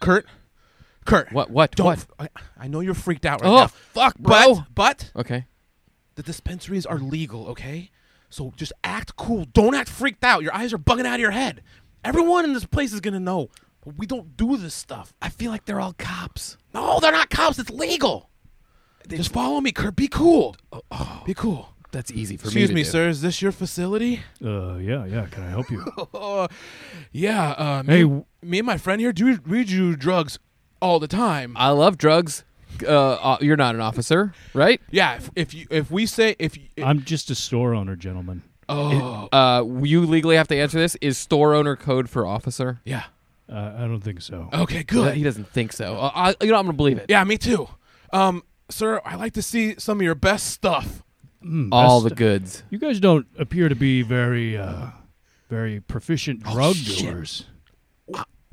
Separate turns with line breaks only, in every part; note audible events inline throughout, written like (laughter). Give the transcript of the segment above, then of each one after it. Kurt, Kurt,
What? What?
Don't.
what?
I, I know you're freaked out right
Oh
now.
fuck,
But
bro.
but
okay.
the dispensaries are legal, okay? So just act cool. Don't act freaked out. Your eyes are bugging out of your head. Everyone in this place is gonna know. But we don't do this stuff.
I feel like they're all cops.
No, they're not cops. It's legal. Just follow me, Kurt. Be cool.
Oh,
Be cool.
That's easy for
Excuse
me.
me, sir. Is this your facility?
Uh, yeah, yeah. Can I
(laughs)
help you?
Uh, yeah. Uh, me,
Hey, w-
me and my friend here do we do drugs all the time.
I love drugs. Uh, uh, you're not an officer, right?
yeah. If, if you if we say if you,
I'm just a store owner, gentleman.
oh
Uh, you legally have to answer this. Is store owner code for officer?
yeah.
Uh, I don't think so.
Okay.
Uh,
Good.
He doesn't think so. Uh, I, you know, I'm gonna believe it.
Yeah, me too. Um, sir, I like to see some of your best stuff.
Mm,
All the
that's-
goods.
You guys don't appear to be very, uh, very proficient
Oh,
drug
shit.
doers.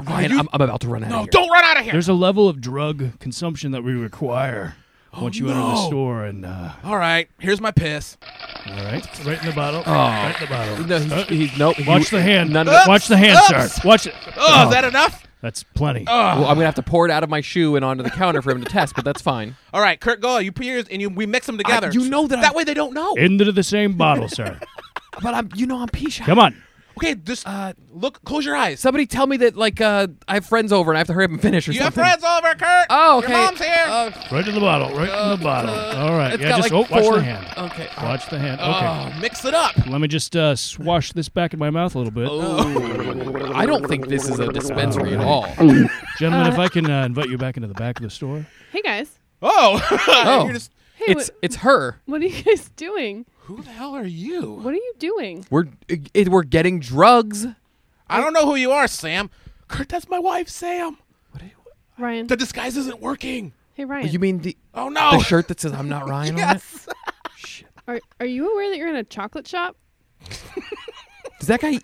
Ryan,
you-
I'm, I'm about to run out.
No,
of here.
Oh, don't run out of here.
There's a level of drug consumption that we require
Oh,
once you enter the
no.
store, and uh,
All right, here's my piss.
all right, right in the bottle, right in the bottle.
Oh. No,
Uh,
he's, he's nope. he-
watch the hand.
None of it.
watch the hand,
Oops.
sir. Watch it.
Oh, is that enough?
That's plenty.
Well, I'm gonna have to pour it out of my shoe and onto the counter for him to test, but that's fine.
All right, Kurt Goll, you put yours and you, we mix them together.
you know that
That
I-
way they don't know.
Into the same bottle, sir.
But I'm, you know, I'm pee shy.
Come on.
okay, just uh, look, close your eyes.
Somebody tell me that like uh, I have friends over and I have to hurry up and finish or
you have
something.
friends over, Kurt.
Oh, okay.
Your mom's here.
Uh,
Right in the bottle. Right in the bottle. All right.
Oh, it's
Yeah,
got like
just oh, watch
four-
the hand.
Okay.
Watch the hand. Okay.
Oh, mix it up.
Let me just uh, swash this back in my mouth a little bit.
Oh, I don't think this is a dispensary at (laughs) all.
Gentlemen, if I can uh, invite you back into the back of the store.
Hey guys.
Oh,
Oh.
You're just,
Hey,
It's it's her.
what, what are you guys doing?
(laughs) who the hell are you?
What are you doing?
We're it, we're getting drugs.
I don't know who you are, Sam. Kurt, that's my wife, Sam.
Ryan.
The disguise isn't working.
hey Ryan.
You mean the
Oh
the
no.
shirt that says "I'm (laughs) not Ryan"
yes.
are, are you aware that you're in a chocolate shop? (laughs)
on it? Does that guy?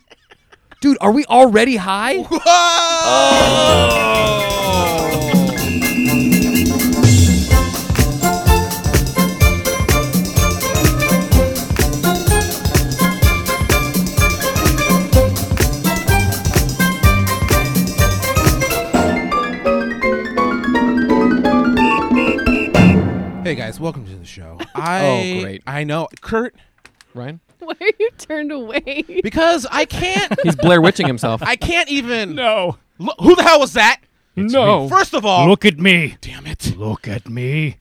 Dude, are we already high?
Whoa. Hey guys, welcome to the
(laughs) Oh,
show. I
great.
I know Kurt
(laughs) Ryan,
Why are you turned away? (laughs)
because I can't
(laughs)
he's Blair Witching (laughs) himself.
I can't even
No.
look who the hell was that?
No.
First of all,
Look at me.
damn it.
Look at me.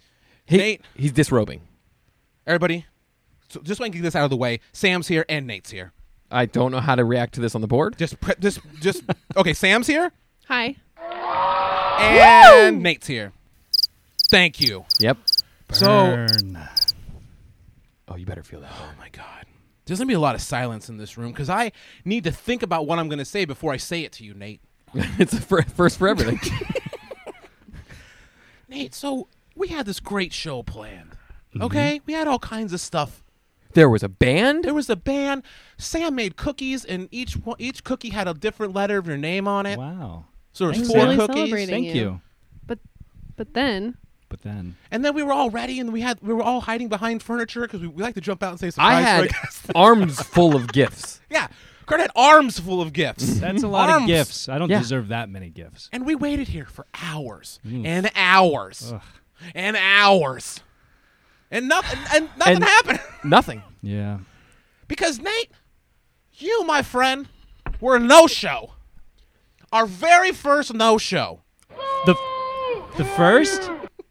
He-
Nate.
he's disrobing.
Everybody, so just so I can get this out of the way, Sam's here and Nate's here.
I don't know how to react to this on the board.
Just, pre- just, just. okay, Sam's here
Hi.
and Nate's here. Thank you.
Yep.
So,
Burn.
Oh, you better feel that.
oh my God, there's gonna be a lot of silence in this room because I need to think about what I'm gonna say before I say it to you, Nate.
(laughs) it's a fir- first for everything.
Nate, so we had this great show planned. Okay, we had all kinds of stuff.
(laughs) there was a band.
There was a band. Sam made cookies, and each one, each cookie had a different letter of your name on it.
Wow.
So there was
Thanks,
four
Sam.
cookies.
Celebrating.
Thank
you.
you.
But then
But then
And then we were all ready, and we had we were all hiding behind furniture because we, we like to jump out and say surprise.
I had
for our guests.
arms full of gifts.
yeah, Kurt had arms full of gifts,
that's a lot
Arms.
of gifts. I don't
Yeah.
deserve that many gifts.
and we waited here for hours
Mm.
and hours and hours, and nothing and nothing
And-
happened (laughs)
Nothing.
Yeah.
because Nate, you my friend, were a no show, our very first no show,
The the first?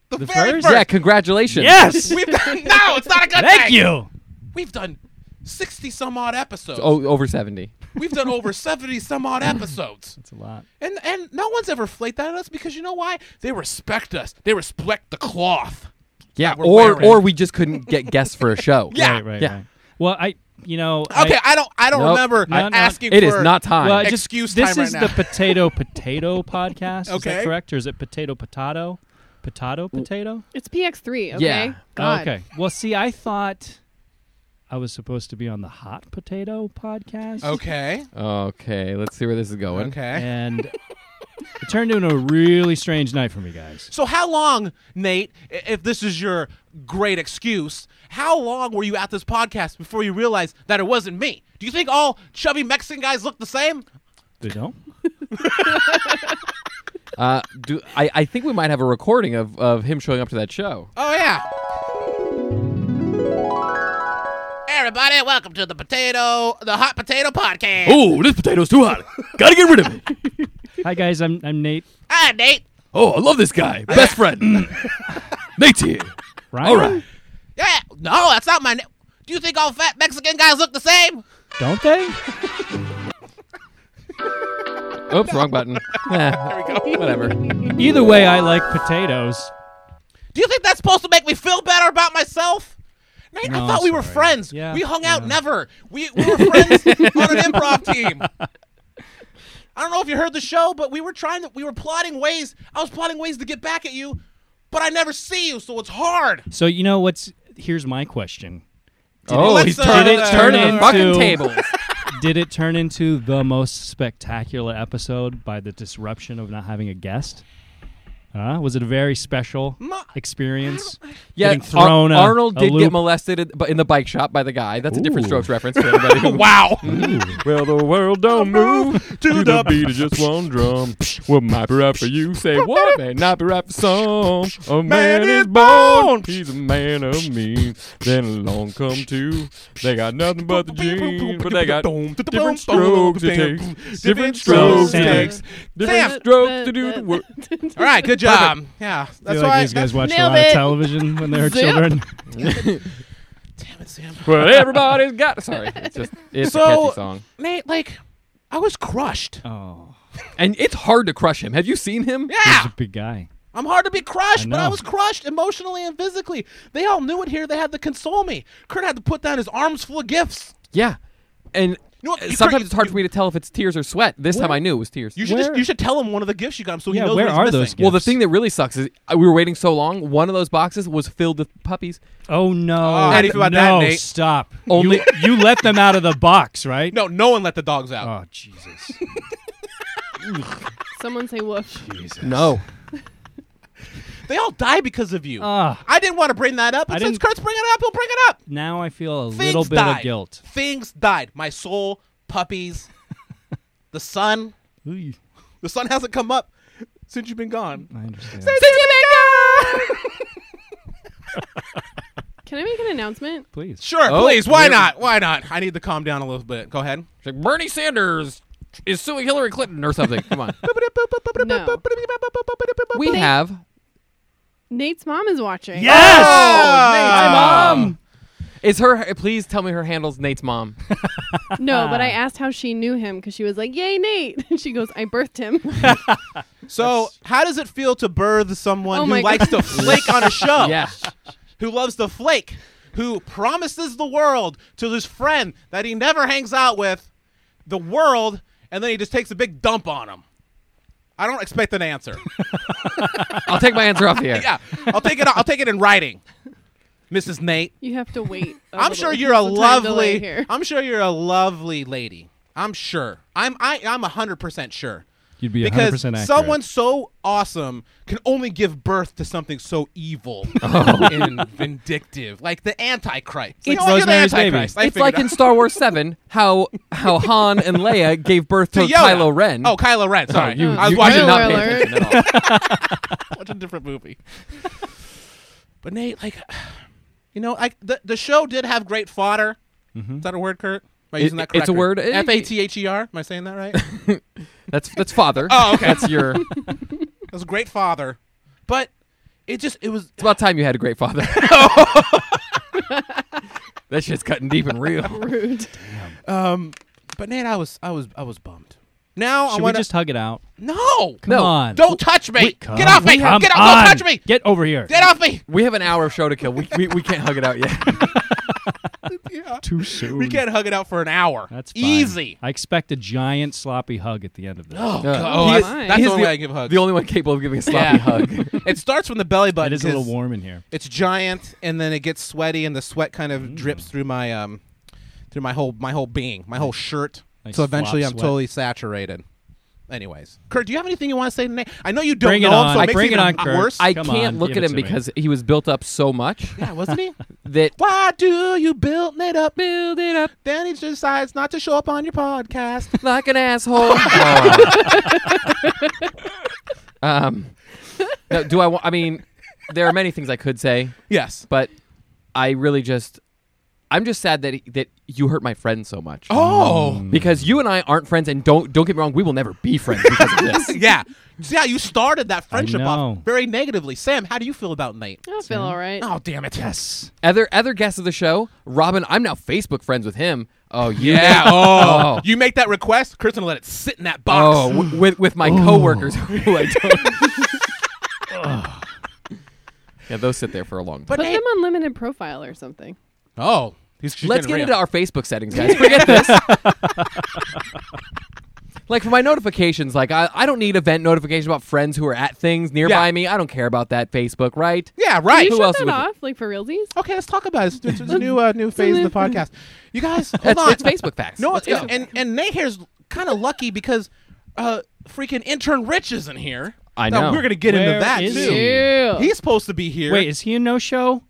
the,
The
very
first?
first.
Yeah, congratulations.
Yes.
We've done, (laughs) no, it's not a good
Thank
thing.
you.
We've done sixty some odd episodes.
Oh, over 70.
We've done over seventy some odd episodes.
It's a lot.
And and no one's ever flaked at us because you know why? They respect us. They respect the cloth.
Yeah,
That we're
or
wearing.
or we just couldn't get guests for a show.
Yeah.
Right, right,
Yeah.
right. Well, I you know I-
Okay, I, don't I don't
Nope.
remember
No, no,
asking
It
for
is not time.
well, I just,
excuse
this
time
is
right now. (laughs)
the potato potato podcast. Is
Okay.
that correct? Or is it potato potato? Potato potato?
it's PX3, okay?
Yeah.
God.
okay. Well, see, I thought I was supposed to be on the hot potato podcast.
Okay.
Okay, let's see where this is going.
Okay.
And it turned into a really strange night for me, guys.
So how long, Nate, i- if this is your great excuse, how long were you at this podcast before you realized that it wasn't me? Do you think all chubby Mexican guys look the same?
They don't.
Uh, do I, I think we might have a recording of, of him showing up to that show.
Oh yeah.
Everybody, welcome to the potato, the hot potato podcast.
Oh, this potato's too hot. Gotta get rid of it. Hi guys, I'm I'm Nate.
Hi, Nate.
Oh, I love this guy. Best (laughs) friend. Nate's here. Right. All right.
Yeah, no, that's not my name. Do you think all fat Mexican guys look the same?
Don't they?
Oops, wrong button. Eh,
There we go.
Whatever.
Either way, I like potatoes.
Do you think that's supposed to make me feel better about myself? Nate,
No,
I thought we were
sorry.
friends.
Yeah,
we hung out never. We, we were
(laughs)
friends on an improv team. I don't know if you heard the show, but we were trying to, we were plotting ways. I was plotting ways to get back at you, but I never see you, so it's hard.
So you know what's? Here's my question.
Oh,
it-
he's
did
turning-
it turn
turning the
into,
fucking tables.
did it turn into the most spectacular episode by the disruption of not having a guest? Huh? was it a very special experience?
Yeah,
Getting thrown
Ar-
a-
Arnold
a
did
loop?
get molested at, but in the bike shop by the guy. That's a different
Ooh.
strokes reference. To anybody who-
Wow.
well, the world don't move to the beat of just one (laughs) drum. What might be right for you, say what may not be right for some. A man, is born, he's a man of means. Then along come two, they got nothing but the jeans, but they got different strokes it takes, different strokes it takes, different
Sam.
strokes to do the
(laughs)
work.
All right, good job. Yeah,
I
that's
feel
why.
like these guys watched a
Nailed
lot
it.
of television when they were
(laughs)
Zip.
children.
Damn it, Sam.
But everybody's got sorry, it's just it's a
So-
catchy song,
Nate, like, I was crushed.
Oh,
and it's hard to crush him. Have you seen him?
Yeah.
he's a big guy.
I'm hard to be crushed,
I
but I
know.
was crushed emotionally and physically. They all knew it here. They had to console me. Kurt had to put down his arms full of gifts.
Yeah, and
You know what, you
sometimes
cra-
it's hard for me to tell if it's tears or sweat. This time I knew it was tears.
You should just,
Where-
you should tell him one of the gifts you got him so he
Yeah,
knows
where
what he's
are
missing.
those gifts?
well, the thing that really sucks is uh, we were waiting so long. One of those boxes was filled with puppies.
Oh no!
Ah, how do you feel about that,
no,
Nate?
stop!
Only-
you, you let them out of the box, right?
No, no one let the dogs out.
Oh Jesus!
Someone say woof.
Jesus!
No,
They all die because of you.
Ah,
I didn't want to bring that up,
I
but since
didn't-
Kurt's bringing it up, he'll bring it up.
now I feel a
Things
little bit
died.
of guilt.
Things died. My soul,
(laughs)
puppies, the sun.
Ooh,
The sun hasn't come up since you've been gone.
I understand.
Can I make an announcement?
Please.
Sure,
Oh,
please. Why
we're-
not? Why not? I need to calm down a little bit. Go ahead.
It's like Bernie Sanders is suing Hillary Clinton or something.
(laughs)
Come on,
No.
we have
Nate's mom is watching.
Yes!
Ah.
mom. Is her? Please tell me her handle's Nate's mom.
No, but I asked how she knew him because she was like, "Yay, Nate!" (laughs) And she goes, "I birthed him." (laughs)
So, how does it feel to birth someone
Oh
who
my
likes to flake
(laughs)
on a show?
(laughs) Yeah,
Who loves to flake? Who promises the world to this friend that he never hangs out with, the world, and then he just takes a big dump on him? I don't expect an answer.
I'll take my answer off the
(laughs)
air. (laughs)
yeah, I'll take it. I'll take it in writing, Mrs. Nate.
You have to wait. i
I'm sure you're a lovely. (laughs)
Here.
I'm sure you're a lovely lady. I'm sure. I'm. I, I'm hundred percent sure
You'd be 100%
because
accurate.
someone so awesome can only give birth to something so
(laughs)
evil (laughs) and vindictive, like the Antichrist.
It's
you know, what? you're the
Rosemary's Baby.
Antichrist. I
It's
figured
like
out.
in Star Wars Seven, how how Han and Leia gave birth to,
To Yoda.
Kylo Ren.
Oh, Kylo Ren. Sorry,
you,
I was
you,
watching
you did not pay
Spoiler alert.
attention at all.
watch a different movie. (laughs) but Nate, like, you know, I the, the show did have great fodder.
Mm-hmm.
Is that a word, Kurt? Am I
It-
using that
it's a
correctly?
word. It-
F a t h e r. Am I saying that
(laughs)
right?
That's that's father.
Oh, okay.
That's your. It's
That's great father, but it just it was
about time you had a
(laughs)
great father. that shit's cutting deep and real.
Rude.
um. But Nate, I was I was I was bummed. Now I
Should we
want to
just hug it out?
no.
Come on.
Don't touch me!
Come
Get off me!
on.
Get off! Don't touch me!
Get over here.
Get off me! (laughs)
We have an hour of show to kill. We, we, we can't hug it out yet.
Too soon.
We can't hug it out for an hour.
That's fine.
easy.
I expect a giant sloppy hug at the end of this.
(laughs) Oh,
Yeah.
God.
He
that's,
is-
that's
he
the
is
only way I give hugs.
The only one capable of giving a sloppy
Yeah. (laughs)
hug.
it starts from the belly button.
it is a little
'cause
warm in here.
It's giant, and then it gets sweaty, and the sweat kind of drips
Mm.
through my um, through my whole my whole being, my whole shirt.
Nice
so eventually,
flop
I'm
sweat.
totally saturated. Anyways, Kurt, do you have anything you want to say tonight? I know you don't
Bring it
know him,
on.
so
I
it makes
bring
even
it on, Kurt.
worse.
I
Come
can't
on,
look
give
at
it
him
to me.
because he was built up so
(laughs)
much
yeah, wasn't he?
that
Why do you build it up, build it up? Then he decides not to show (laughs)
(laughs)
up on your podcast.
like an asshole. Oh, (laughs)
Um, no, do I? Wa- I mean, there are many things I could say,
Yes.
but I really just, I'm just sad that he, that you hurt my friend so much.
Oh.
Um.
because you and I aren't friends, and don't don't get me wrong, we will never be friends because
(laughs)
of
(laughs)
this.
yeah. Yeah, you started that friendship off
know.
very negatively. Sam, how do you feel about Nate?
I feel all right.
Oh, damn it.
Yes.
Other other guests of the show, Robin, I'm now Facebook friends with him. Oh you
Yeah.
make-
Oh. You make that request, Kristen will let it sit in that box.
oh, w- with with my coworkers who (laughs) I don't. (sighs) yeah, those sit there for a long time.
Put them on limited profile or something.
Oh. He's, she's
Let's get
getting
into
real.
our Facebook settings, guys. Forget this. (laughs) like for my notifications, like I, I don't need event notifications about friends who are at things nearby
Yeah.
me. I don't care about that Facebook, right?
Yeah, right.
Can you
Who
shut
else
that
would-
off, like for realsies?
Okay, let's talk about it. It's, it's a new uh, new phase of the podcast. You guys, hold
That's
on.
it's Facebook facts.
No,
Let's
it's,
go.
and and Nate here's kind of lucky because uh, freaking intern Rich isn't here.
I
Now,
know.
we're gonna get into
Where
that
is
too.
he?
Ew.
He's supposed to be here.
Wait, is he a no show?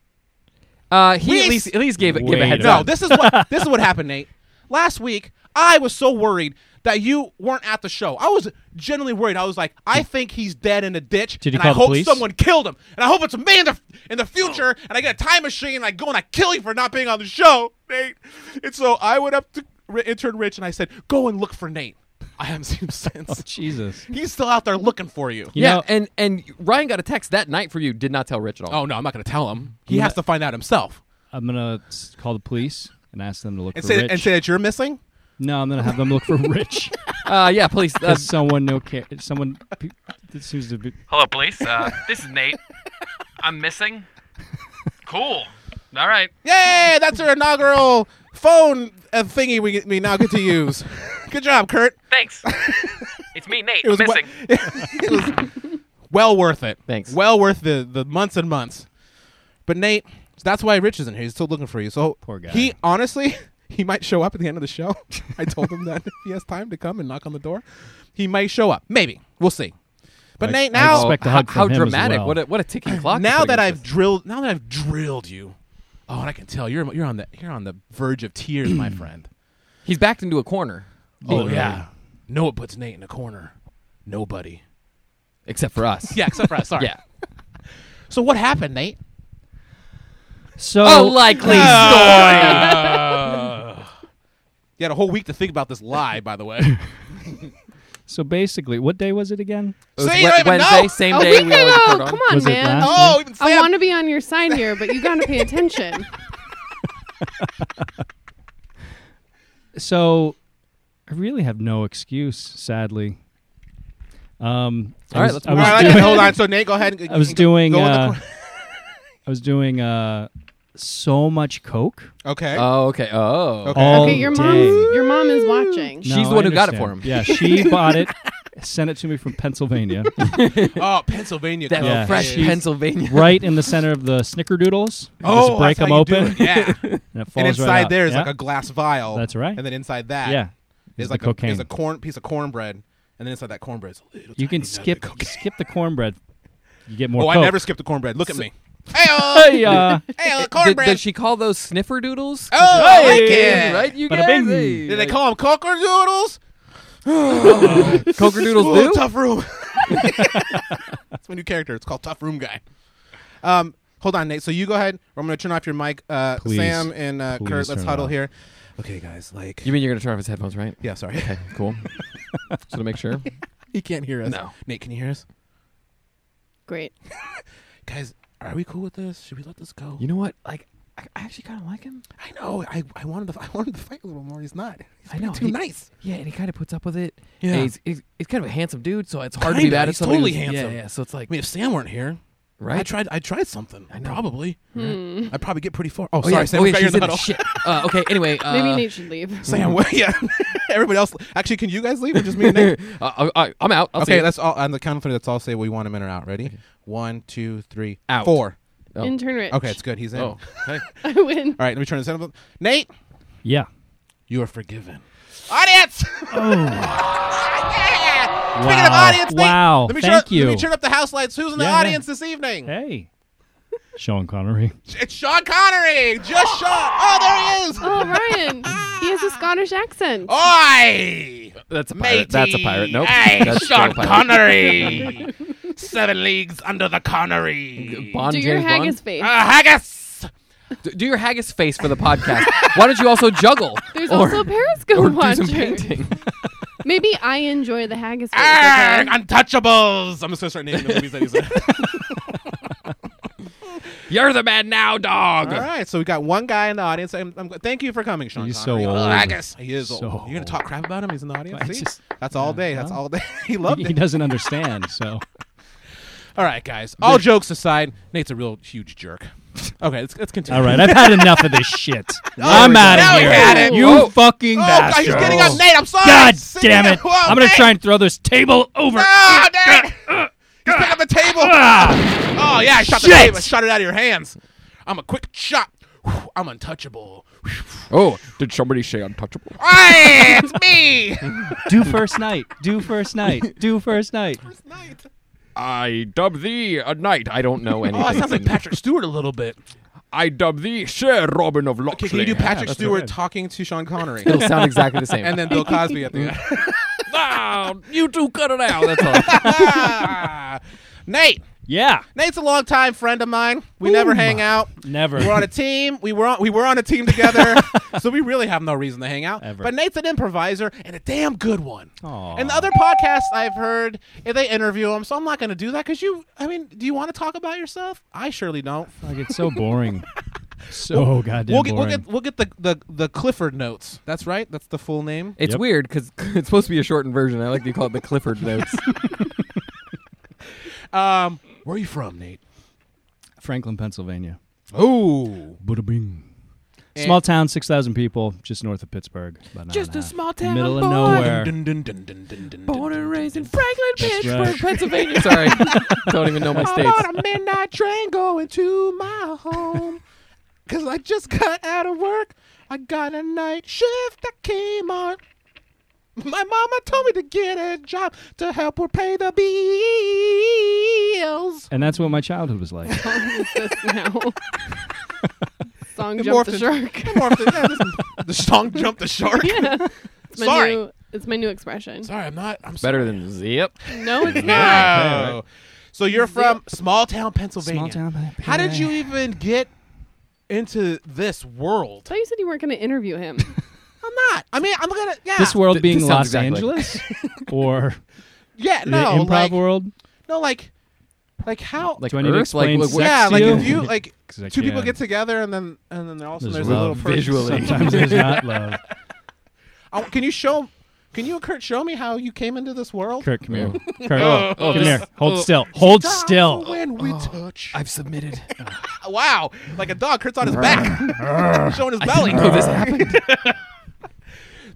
Uh, he
Reese-
at least at least gave it give a
Wait
heads
a
no,
up.
this is what this is
(laughs)
what happened, Nate. Last week, I was so worried that you weren't at the show. I was genuinely worried. I was like, I think he's dead in a ditch,
Did you
and
call
I
the
hope
police?
someone killed him, and I hope it's a man in the, in the future, and I get a time machine, and I go and I kill you for not being on the show, Nate. And so I went up to R- intern Rich, and I said, go and look for Nate. I haven't seen him since.
Oh,
(laughs)
Jesus.
He's still out there looking for you.
You
yeah,
know-
and and Ryan got a text that night for you. Did not tell Rich at all.
Oh no, I'm not going to tell him. He
Yeah.
has to find out himself
I'm gonna s- call the police and ask them to look
and
for
say
Rich.
and say that you're missing.
no, I'm gonna have them look
(laughs)
for Rich.
Uh, yeah, please. Uh,
'Cause someone no care. Someone pe- that seems to be.
Oh,
Hello, police. Uh, this is Nate. I'm missing. Cool. All right.
Yay! That's our inaugural phone uh, thingy we, we now get to use. Good job, Kurt.
Thanks. It's me, Nate.
was missing. (laughs) It was well worth it.
Thanks.
Well worth the, the months and months. But Nate, that's why Rich isn't here. He's still looking for you. So
Poor guy.
He honestly, (laughs) he might show up at the end of the show. I told him that (laughs) if he has time to come and knock on the door, he might show up. Maybe we'll see. But
I-
Nate,
I
now
expect a hug
how
from him as
dramatic!
well.
What a what a ticking clock.
now
you're
that
putting
I've
into this.
drilled, now that I've drilled you, oh, and I can tell you're you're on the you're on the verge of tears,
(clears throat)
my friend.
he's backed into a corner,
Oh yeah, no, it puts Nate in a corner. Nobody.
except for us.
(laughs) Yeah, except for us. Sorry.
Yeah.
So what happened, Nate?
So uh,
A Oh, likely story.
You had a whole week to think about this lie, by the way.
so basically, what day was it again?
It was
See, you
Wed-
don't even
Wednesday,
know.
same
A
day.
week
we always
ago.
record on.
Come on,
was it
man.
(laughs)
last?
oh, even
I
Sam.
want to be on your side here, but you got to pay (laughs) attention.
week? So I really have no excuse, sadly. Um, I
All right,
was-
let's
I
move
All
was
right,
doing-
okay, (laughs) hold on. So Nate, go ahead. And,
I was doing.
Go in the
uh,
cor-
I was doing uh, so much coke.
okay.
uh,
Oh, okay. Oh,
Okay.
All
okay, your
day.
mom, your mom is watching.
No,
She's the
I
one who got it
understand.
for him.
(laughs)
Yeah, she bought it, sent it to me from Pennsylvania,
oh, Pennsylvania.
that
Yeah.
fresh
Jeez.
Pennsylvania.
right in the center of the Snickerdoodles.
Oh,
just break
that's
them
how you do
open,
(laughs) it. Yeah.
and it falls
and
right
inside
out.
there is
Yeah.
like a glass vial.
That's right.
And then inside that
yeah.
is
the
like a,
cocaine.
is a corn piece of cornbread. And then inside that cornbread is a little
You can
tiny nugget
skip
of cocaine.
skip the cornbread. You
(laughs)
get more.
Oh, I
coke.
never skipped the cornbread. Look at me. Hey, oh, (laughs)
Hey, uh,
hey,
Did,
cornbread.
did she call those sniffer doodles?
oh, I like it.
right, you
Bada
guys.
bing.
Hey,
Did they
(laughs)
call them cocker doodles?
Coker (laughs) doodles do?
tough room. (laughs) That's my new character. It's called Tough Room Guy. Um, hold on, Nate. So you go ahead. I'm going to turn off your mic. Uh,
Please.
Sam and uh,
Please
Kurt, let's
turn it
huddle
off.
here. Okay, guys. Like,
You mean you're gonna turn off his headphones, right?
yeah, sorry. (laughs)
Okay, cool. Just want to make sure.
he can't hear us.
No.
Nate, can you hear us?
Great.
Guys, are we cool with this? Should we let this go?
You know what? Like, I I actually kind of like him.
I know. I, I wanted to (laughs) I wanted to fight a little more. He's not. He's
I know.
too
he-
nice.
Yeah, and he kind of puts up with it.
Yeah.
And he's, he's he's kind of a handsome dude, so it's hard to be
Kinda,
bad at
he's
somebody.
totally
who's-
handsome.
Yeah, yeah. So it's
I
like
mean, if Sam weren't here,
right.
I tried. I tried something.
know.
Probably.
Hmm.
I'd probably get pretty far. Oh,
Oh,
sorry,
yeah.
Sam.
oh,
we
yeah,
got
she's
your
in the
huddle.
shit. Uh, okay. Anyway, uh,
Maybe Nate should leave.
Sam, what- (laughs) yeah. Everybody else. Actually, can you guys leave or just me and Nate?
(laughs) uh, I, I'm out. (laughs) I'll see
okay,
you.
let's all on the count of three. Let's all say we want him in or out. Ready? One, two, three,
Out.
four.
Oh.
(laughs) Intern Rich.
Okay,
(laughs)
it's good. He's in.
Oh, okay.
I win.
All right, let me turn this up. Nate,
yeah.
you are forgiven. Audience. (laughs)
Wow.
Speaking of audience, Nate,
wow.
let me
Thank
turn up,
you.
Let me turn up the house lights. Who's in the
Yeah,
audience this evening?
hey, Sean Connery.
It's Sean Connery. Just Sean. Oh, there he is.
Oh, Ryan. he has a Scottish accent.
Oi!
That's a pirate. That's a pirate. Nope.
Hey,
That's still
Sean
a
(laughs)
pirate.
Connery.
Seven leagues under the Connery.
Bond,
Do your
James Bond?
haggis face.
Uh,
Ah.
haggis.
D- do your haggis face for the podcast. Why don't you also juggle?
There's
or,
also a Periscope
or do
watcher.
some painting.
(laughs) Maybe I enjoy the haggis face.
Ah,
(laughs)
Arg,
okay?
Untouchables. I'm just gonna start naming the movies that he's in. (laughs)
You're the man now, dog.
All right, so we got one guy in the audience. I'm, I'm- thank you for coming, Sean.
He's
Connery.
so old.
Oh, I guess he is
So
old. You're gonna talk crap about him? He's in the audience.
I
See?
just-
that's all day. That's
well.
all day. (laughs) he loved
(laughs) He,
it.
he doesn't understand, so
All right, guys. All jokes aside, Nate's a real huge jerk. (laughs) Okay, let's, let's continue.
(laughs) all right. I've had enough of this shit.
(laughs) we
I'm
go.
out
Now we
of here.
had it.
You
Whoa.
fucking
Oh, God,
bastard.
he's getting up, Nate. I'm sorry.
God
Sitting (laughs)
damn
up.
it!
Whoa,
I'm gonna
Nate.
try and throw this table
(laughs)
over.
Oh,
ah,
Nate. He's picking up the table. Oh yeah, I shot the
Shit.
table. I shot it out of your hands. I'm a quick shot. Whew, I'm untouchable.
(laughs) Oh, did somebody say untouchable?
Ah,
Hey, (laughs) it's me.
Do first night. Do
(laughs)
first night. Do first night.
Night.
I dub thee a knight. I don't know anything.
Oh, it sounds like Patrick Stewart a little bit.
I dub thee Sir Robin of
Okay,
Locksley.
can you do Patrick
that's
Stewart
right.
talking to Sean Connery?
It'll sound exactly the same.
and
(laughs)
then Bill Cosby at the end.
ah, you two cut it
Oh,
out. That's all.
Ah. (laughs) Nate.
Yeah.
Nate's a longtime friend of mine. We never hang out.
Never.
We're on a team. We were on, we were on a team
(laughs)
together, so we really have no reason to hang out.
Ever.
But Nate's an improviser and a damn good one.
Aw.
And the other podcasts I've heard, eh, they interview him, so I'm not going to do that because you. I mean, do you want to talk about yourself? I surely don't.
Like it's so (laughs) boring. So Oh, goddamn
we'll get we'll
boring.
get we'll get the, the the Clifford notes. That's right. That's the full name.
It's
Yep.
weird because (laughs) it's supposed to be a shortened version. I like to call it the Clifford Notes.
Um, where are you from, Nate?
Franklin, Pennsylvania.
Oh,
Bada bing. Small town, six thousand people, just north of Pittsburgh. about an hour
(laughs) Just
and
a
half.
small town
middle
boy.
of nowhere.
Born and raised in Franklin,
That's
Pittsburgh,
right.
Pennsylvania. Sorry, don't even know my
I'm
states.
on a midnight train going to my home. Cause I just got out of work. I got a night shift that came on. My mama told me to get a job to help her pay the bills.
And that's what my childhood was like.
What is this now? Song
It
jump the
morphed
shark.
Come on, the, (laughs) the song jumped the (laughs) shark.
It's my
Sorry.
new. It's my new expression.
Sorry, I'm not. I'm
Better than zip.
(laughs)
No, it's not.
sorry. No. So you're from small town Pennsylvania.
small town. Pennsylvania.
How did you even get into this world?
I thought you said you weren't going to interview him.
I'm not. I mean, I'm gonna. Yeah.
This world
Th-
being
this sounds
Los
exactly like-
Angeles or
Yeah.
the
No.
improv
like,
world?
No, like, like how?
Like
Do I need to
Earth?
explain
Like,
sex
what-
yeah,
to
like
you?
if you like
(laughs) 'Cause I
two people
can.
get together and then and then also there's,
There's
a little
love
person.
visually.
Sometimes
(laughs)
there's not love.
I- can you show? Can you Kurt show me how you came into this world?
Kirk, come here. Kirk,
Oh, oh,
come
this-
here. Hold still. Hold
Stop
still.
When we touch.
I've submitted.
(laughs) wow, like a dog. Kurt's on his back, (laughs) showing his belly.
know this happened.
(laughs)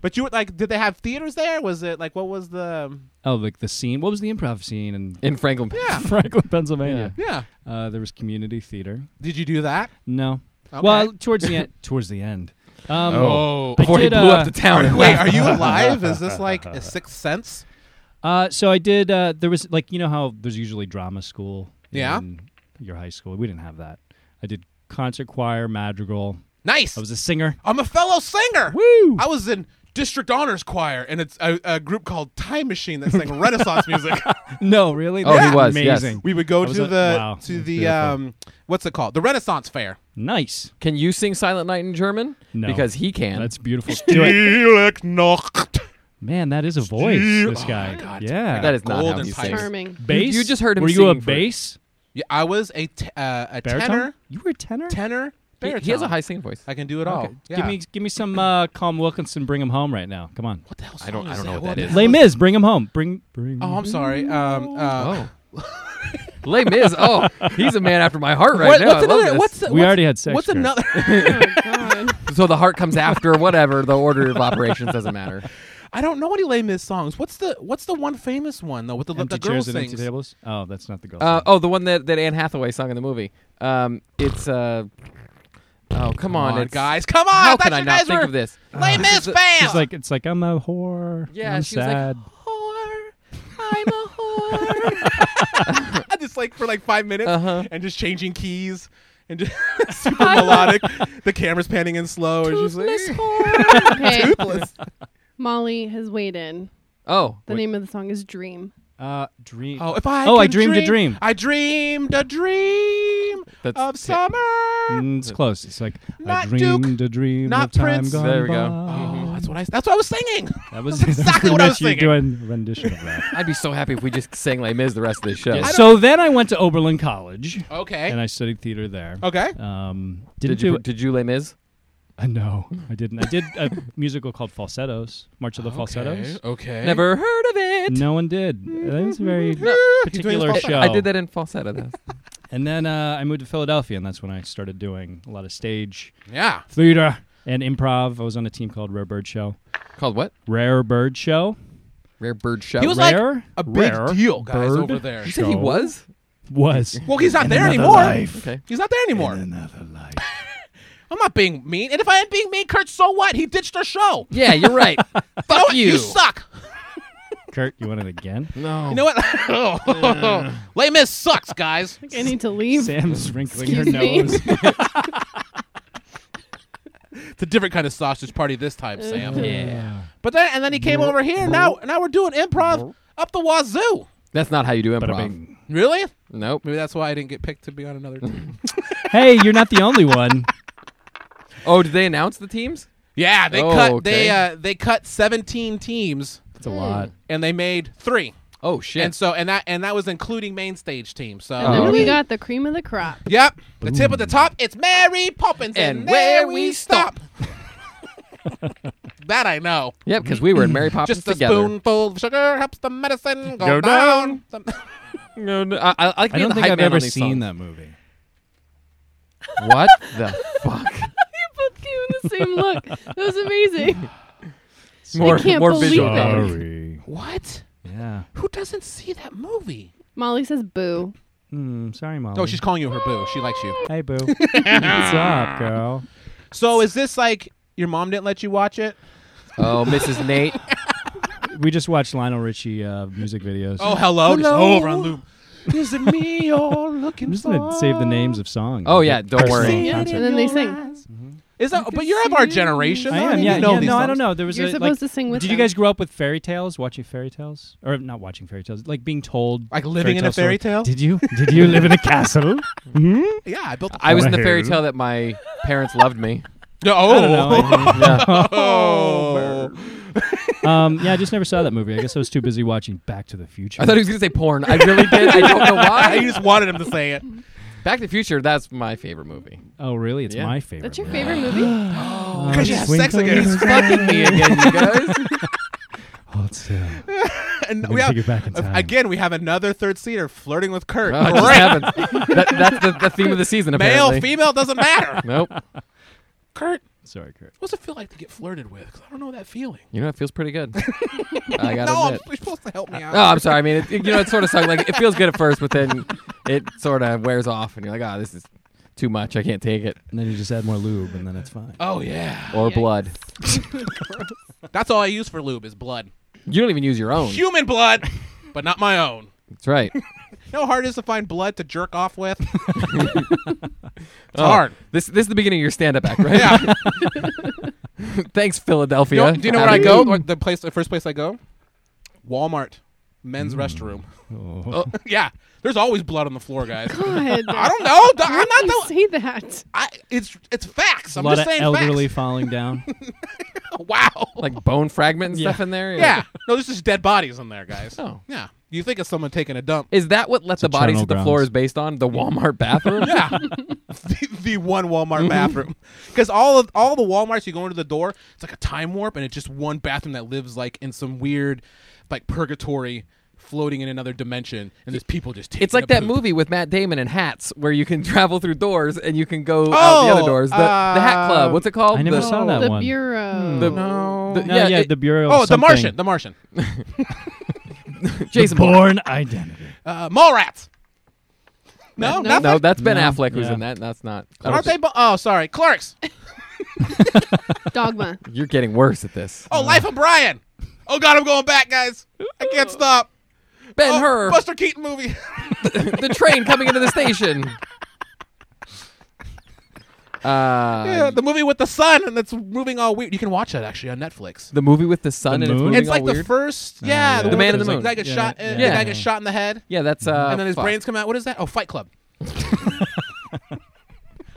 But you were like, did they have theaters there? Was it like what was the?
Oh, like the scene. What was the improv scene in
(laughs) in Franklin.
Yeah.
(laughs) Franklin, Pennsylvania?
Yeah.
Uh, there was community theater.
Did you do that?
No.
Okay.
Well, towards the
(laughs)
end. Towards the end. Um,
Oh,
I
before he
did,
blew
uh,
up the town.
(laughs)
and
Wait,
left.
are you alive? Is this like a sixth sense?
Uh, so I did. Uh, there was like you know how there's usually drama school.
Yeah.
In your high school, we didn't have that. I did concert choir, madrigal.
Nice.
I was a
(laughs)
singer.
I'm a fellow singer.
Woo!
I was in district honors choir, and it's a, a group called Time Machine that (laughs) sang Renaissance music.
no, really.
Oh, he
That's
was, yes.
amazing.
We would go
That was
to
a-
the
wow,
to
that's
the
beautiful.
um, what's it called? The Renaissance Fair.
Nice.
Can you sing Silent Night in German?
No.
Because he can.
(laughs)
That's beautiful. Do it.
Nacht.
Man, that is a voice. This
Oh,
guy.
God.
yeah.
That is not how
Golden
he
times.
sings.
(laughs)
Charming.
bass.
you just heard him
Were you a
singing for-
bass?
Yeah, I was a t- uh, a
Baritone?
tenor,
You were a tenor.
tenor,
He,
baritone.
he has a high singing voice.
I can do it all.
Okay.
Yeah.
Give me, give me some uh, Calm Wilkinson. Bring him home right now. Come on.
What the hell
I don't-
song
I
is
don't know what
What
that
the
is.
hell
Les Mis. Bring him home. Bring. Bring.
Oh, I'm sorry. Um, uh,
Oh. (laughs) Les Mis. Oh, he's a man after my heart right
what-
now.
what's
I love
another?
this.
What's the-
We
what's-
already had sex,
What's
Kurt.
another?
Oh God.
so the heart comes after whatever the order of operations doesn't matter.
I don't know any Les Mis songs. What's the What's the one famous one though? With the,
Empty
the girl
chairs and
sings.
empty tables. Oh, that's not the girl.
Uh, oh, the one that, that Anne Hathaway sung in the movie. Um, it's uh, oh, come, on, it's,
guys, come on!
How
I thought
can
you
I not
guys
think
were
of this?
Les Mis fans.
She's like, it's like I'm a whore.
Yeah,
I'm
she was like,
sad.
Whore, I'm a whore.
I (laughs) just like for like five minutes
Uh-huh.
and just changing keys and just (laughs) super melodic. The camera's panning in slow and she's like,
Okay. Molly has weighed in.
oh,
The
wait,
Oh,
name of the song is Dream.
Uh, dream.
Oh, if I
Oh, I
could
dreamed a dream.
I dreamed a dream
That's-
of
yeah.
summer.
Mm, it's close. It's like I
Oh. Not Duke,
dreamed a dream
not
of time
Prince.
gone
There we go.
by.
Oh, that's what I. That's what I was singing.
That was
exactly
(laughs)
what I was
you
thinking.
doing rendition of that.
I'd be so happy if we just sang Les Mis the rest of this show.
Yeah, so then (laughs) I went to Oberlin College
Okay.
and I studied theater there.
okay.
Um, didn't
Eh? Oh. Did you
do (laughs)
did you Les Mis?
I know. I didn't. I did a musical called Falsettos, March of the Falsettos.
Oh.
Okay.
Never heard of it.
No one did. That was
(laughs)
a very particular show.
I did that in falsetto. Though.
And then uh, I moved to Philadelphia, and that's when I started doing a lot of stage
Yeah.
theater and improv. I was on a team called Rare Bird Show.
Called what?
Rare Bird Show.
Rare bird show.
He was like
Rare
a big
Rare
deal, guys,
Bird
over there.
you said he was. (laughs)
was. (laughs)
Well, he's not there
another
anymore.
life.
Okay.
He's not there anymore.
Another life.
I'm not being mean. And if I am being mean, Kurt, so what? He ditched our show.
Yeah, you're right. Fuck
(laughs)
you.
You suck.
Kurt, you want it again?
You know what? (laughs) Les Mis sucks, guys.
Like, I need to leave.
Sam's wrinkling her
Excuse me?
nose.
It's a different kind of sausage party this time, Sam.
(laughs) Uh, Yeah.
But then, and then he came over here. Now, now we're doing improv up the wazoo.
That's not how you do improv.
Bada-bing.
Really?
Nope.
Maybe that's why I didn't get picked to be on another
(laughs)
team.
hey, you're not the only one.
Oh, did they announce the teams?
yeah, they
Oh,
cut.
okay.
They uh, they cut 17 teams
That's a lot.
and they made three.
Oh shit.
And so and that and that was including main stage team. So
And then
Oh,
we
okay.
got the cream of the crop.
yep, the tip of the top. It's Mary Poppins and,
And
there
where
we
we
stop. that I know.
yep, because we were in Mary Poppins
Just a
together.
spoonful of sugar helps the medicine go,
Go
down.
No, no, I, I like
I
being
don't
the
think
hype
I've
man on
ever
these
seen
songs.
that movie.
What the fuck?
You both gave him the same look. That was amazing.
More,
can't
more
believe
visual.
it.
comedy.
Sorry.
What?
Yeah.
Who doesn't see that movie?
(laughs) Molly says boo.
Hmm, sorry, mom.
Oh, she's
(laughs)
calling you her boo. She likes you. (laughs)
Hey, boo. What's up, girl?
So is this like your mom didn't let you watch it?
Oh, Mrs. Nate.
We just watched Lionel Richie uh, music videos.
Oh, hello. Just
Hello?
over on loop. Is it me (laughs) you're looking
I'm just gonna save the names of songs.
Oh, yeah, don't
Personal
worry.
Yeah, and
concert.
then they sing.
Is that? But you're of our generation.
I
though.
am.
mean,
Yeah,
you know
yeah,
these
no, I
songs.
don't know. There was
You're
a,
supposed
like,
to sing with
Did you
them.
guys grow up with fairy tales? Watching fairy tales, or not watching fairy tales? Like being told,
Like living in a fairy tale?
Did you? Did you live in a castle? Hmm?
Yeah, I built.
I was in the fairy
Well.
tale that my parents loved me.
No,
I don't know.
Yeah.
Oh.
(laughs) um, yeah, I just never saw that movie. I guess I was too busy watching Back to the Future.
I thought he was gonna say porn. I really did. I don't
(laughs)
know
(laughs) I
why.
just wanted him to say it.
Back to the Future. That's my favorite movie.
oh, really? It's
Yeah.
my favorite. Uh,
That's your favorite movie?
Oh, Because you had sex again. He's
Fucking me again, you guys.
(laughs)
Hold still.
And
I'm
we
gonna
have,
take it back in time.
again, we have another third seater flirting with Kurt.
Oh, it
Great.
just happens. That, that's the, the theme of the season. Apparently.
Male, female, doesn't
(laughs)
matter.
Nope.
Kurt,
Sorry, Kurt.
what's it feel like to get flirted with? 'Cause I don't know that feeling.
You know, it feels
(laughs)
pretty good. I gotta
No, I'm,
admit.
you're supposed to help me out.
Oh, I'm sorry. I mean, it, you know, it sort of sucks. Like it feels good at first, but then it sort of wears off, and you're like, oh, this is too much. I can't take it.
And then you just add more lube, and then it's fine.
oh yeah,
Or blood.
that's all I use for lube is blood,
You don't even use your own.
human
(laughs)
blood, but not my own.
That's right.
You know how hard it is to find blood to jerk off
(laughs)
with? it's
Oh,
hard.
This this is the beginning of your stand up act, right? (laughs)
Yeah.
Thanks,
You know-
Philadelphia.
do you know where I go? Or the place, the first place I go? Walmart, men's restroom.
Mm. Oh.
(laughs) yeah, there's always blood on the floor, guys.
God.
I don't know. Th- I'm
Why
not
do
the.
you say that.
I, it's it's facts.
A
I'm
lot
just
of
saying
elderly
facts.
falling down.
(laughs) Wow.
Like bone fragment and stuff in there.
yeah. No, there's just dead bodies in there, guys.
Oh.
Yeah. You think of someone taking a dump?
Is that what "Let the Bodies Hit the
Eternal
Floor"
Grounds.
is based on? The Walmart bathroom.
(laughs) Yeah. (laughs) the, the one Walmart bathroom. Because all of all the WalMarts you go into the door, it's like a time warp, and it's just one bathroom that lives like in some weird, like purgatory, floating in another dimension, and there's people just. Taking
It's like
a
that
poop.
movie with Matt Damon and hats, where you can (laughs) travel through doors and you can go out
Oh,
the other doors. The, the Hat Club.
uh,
What's it called?
I never
The-
saw that
the
one.
bureau.
The-
No.
Hmm. the-
No, yeah,
it-
the bureau. of
Oh, The
something.
Martian. The Martian.
Jason Bourne.
Born identity.
Uh, Mallrats. No,
No.
nothing.
No, that's Ben
No,
Affleck who's
yeah.
in that. That's not. I don't
Aren't they?
think-
Bo- oh, sorry. Clerks.
Dogma.
You're getting worse at this.
Oh, Life of Brian. Oh God, I'm going back, guys. I can't stop.
ben
Oh,
Hur,
Buster Keaton movie. (laughs)
the train coming into the station. Uh,
yeah, the movie with the sun and it's moving all weird. You can watch that actually on Netflix.
The movie with the sun and
The
it's
moon?
moving
It's
all
like the
weird.
first, yeah,
yeah.
the,
The
one
Man in
where
the
Guy
Moon.
gets
Yeah,
shot.
yeah.
uh,
Yeah.
The guy gets shot in the head,
yeah, that's uh.
and then his
fuck.
brains come out. What is that? Oh, Fight Club.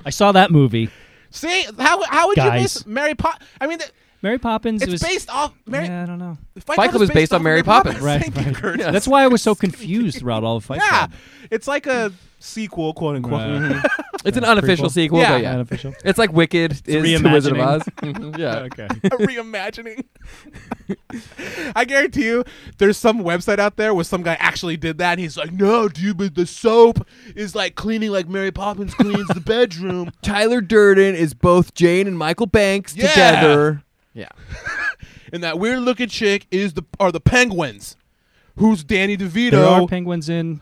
I saw that movie.
See how how would you
Guys.
miss Mary Pop? I mean, th-
Mary Poppins
it's
was.
based off Mary.
yeah, I don't know.
Fight,
Club is based on Mary Poppins.
Right,
Thank you,
right.
Kurt.
Yeah.
That's why I was so confused throughout all of Fight Uh,
Yeah,
Club.
it's like a sequel, quote (laughs) unquote.
It's an unofficial
prequel.
sequel,
Yeah.
but yeah,
Unofficial.
it's like Wicked is The Wizard of (laughs)
reimagining.
Oz. Mhm, yeah,
Okay.
a (laughs) reimagining. I guarantee you, there's some website out there where some guy actually did that, and he's like, "No, dude, but the soap is like cleaning like Mary Poppins cleans the bedroom."
Tyler Durden is both Jane and Michael Banks
Yeah.
together. Yeah,
and that weird looking chick is the are the penguins. Who's Danny
(laughs) There are
DeVito?
penguins in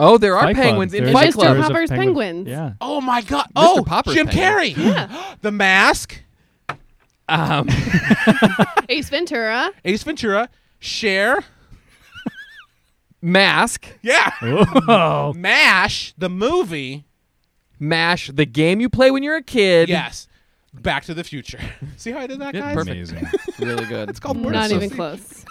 Oh, there are
Fight Club.
penguins in
There's-
Fight
Mr.
Club.
there's a
Popper's
penguin-
Penguins.
Yeah.
oh my god! Oh,
Popper's
Jim
penguin.
Carrey. (gasps) the Mask,
Um,
Ace Ventura.
Ace Ventura, Cher.
Mask,
Yeah,
Oh,
(laughs) Mash the movie.
Mash, the game you play when you're a kid.
Yes, Back to the Future. (laughs) See how I did that,
Good,
guys?
perfect.
Amazing.
really good.
It's called Word
Not even
Association. (laughs)
close.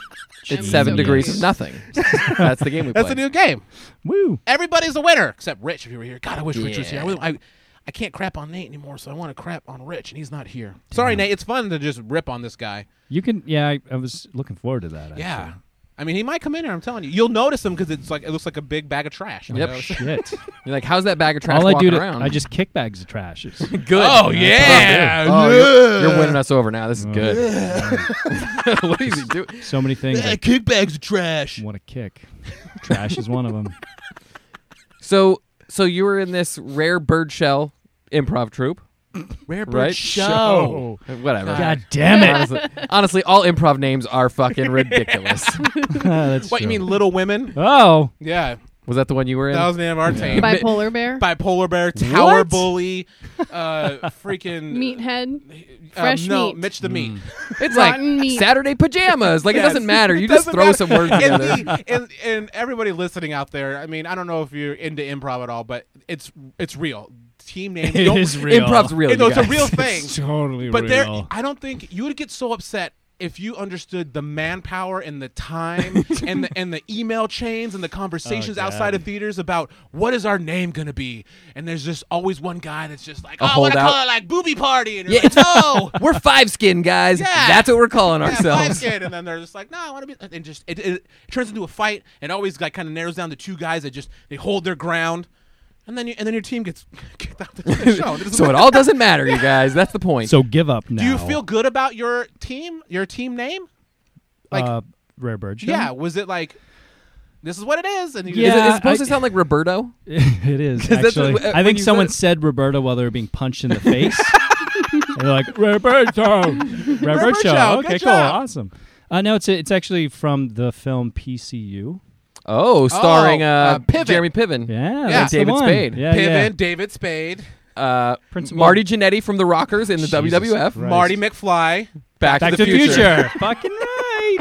It's seven
so
degrees
close.
of nothing. (laughs) That's the game we play.
That's a new game.
woo.
Everybody's a winner except Rich. If you were here, God, I wish Rich was here. I,
Yeah.
would- I, I can't crap on Nate anymore, so I want to crap on Rich, and he's not here. Sorry, Nate. It's fun to just rip on this guy.
You can. Yeah, I, I was looking forward to that.
Yeah. I mean, he might come in here. I'm telling you, you'll notice him because it's like it looks like a big bag of trash. Like,
Yep.
oh,
actually. Shit.
You're like, how's that bag of trash
all I
walking
do to
around?
I just kick bags of trash. It's-
good.
Oh yeah,
Oh, you're, you're winning us over now. This is
Oh,
good. (laughs) what is he doing?
so many things I
kick bags of trash.
want to kick. Trash is one
(laughs)
of them.
So, so you were in this rare bird shell improv troupe,
Rare bird
right?
show.
Whatever.
God damn it!
Honestly, honestly, all improv names are fucking
(laughs)
ridiculous.
That's
What you
true.
mean, Little Women?
Oh,
Yeah,
Was that the one you were in?
that was the name of our team.
Bipolar bear.
Bipolar bear, tower
What?
bully,
(laughs)
uh, freaking
Meathead.
um,
fresh
no,
meat.
Mitch the
Mm.
meat.
it's like
Rotten meat.
Saturday pajamas. Like it
Yes.
doesn't matter.
(laughs)
You
It
just
doesn't
throw
matter.
some words
and,
together.
the, and and everybody listening out there, I mean, I don't know if you're into improv at all, but it's it's real.
(laughs)
Team names
It
don't- (laughs)
is real. (laughs)
Improv's real.
No,
you
it's a
guys. (laughs)
real thing.
totally
But there,
real.
I don't think you would get so upset if you understood the manpower and the
(laughs)
time and the and the email chains and the conversations
Oh,
God.
outside of theaters about what is our name gonna be. And there's just always one guy that's just like,
A
oh, I want to
holdout.
call it like booby party. And
Yeah,
you're (laughs) like,
it's oh, we're five skin guys.
Yeah.
That's what we're calling
yeah,
ourselves.
fight it. And then they're just like, no, I want to be. And just it, it, it turns into a fight, and always like kind of narrows down to two guys that just they hold their ground, and then you, and then your team gets (laughs) kicked out
(laughs)
the show. It doesn't
so it
matter.
all doesn't matter, you guys. That's the point.
so give up now.
Do you feel good about your team? Your team name? like-
uh, rare bird? Show?
Yeah. Was it like this is what it is? And you
is, it, is
Yeah,
it supposed
I-
to sound like Roberto?
(laughs)
(laughs)
it is
that's
actually.
what- uh,
I
when
think
you
someone
said-
said Roberta while they were being punched in
(laughs)
the face. And they're like Roberto, Roberto.
Roberto,
Okay,
good
cool,
job.
awesome. Uh, no, it's it's actually from the film PCU.
Oh, starring
Oh,
uh,
uh, Piven.
Jeremy Piven.
Yeah, that's the
David
one.
Spade.
(laughs)
Yeah,
Piven,
yeah.
David Spade,
Uh,
Principal-
Marty Jannetty from The Rockers in the
Jesus
WWF.
Christ.
Marty McFly.
Back,
Back
to the future.
(laughs) Fucking right.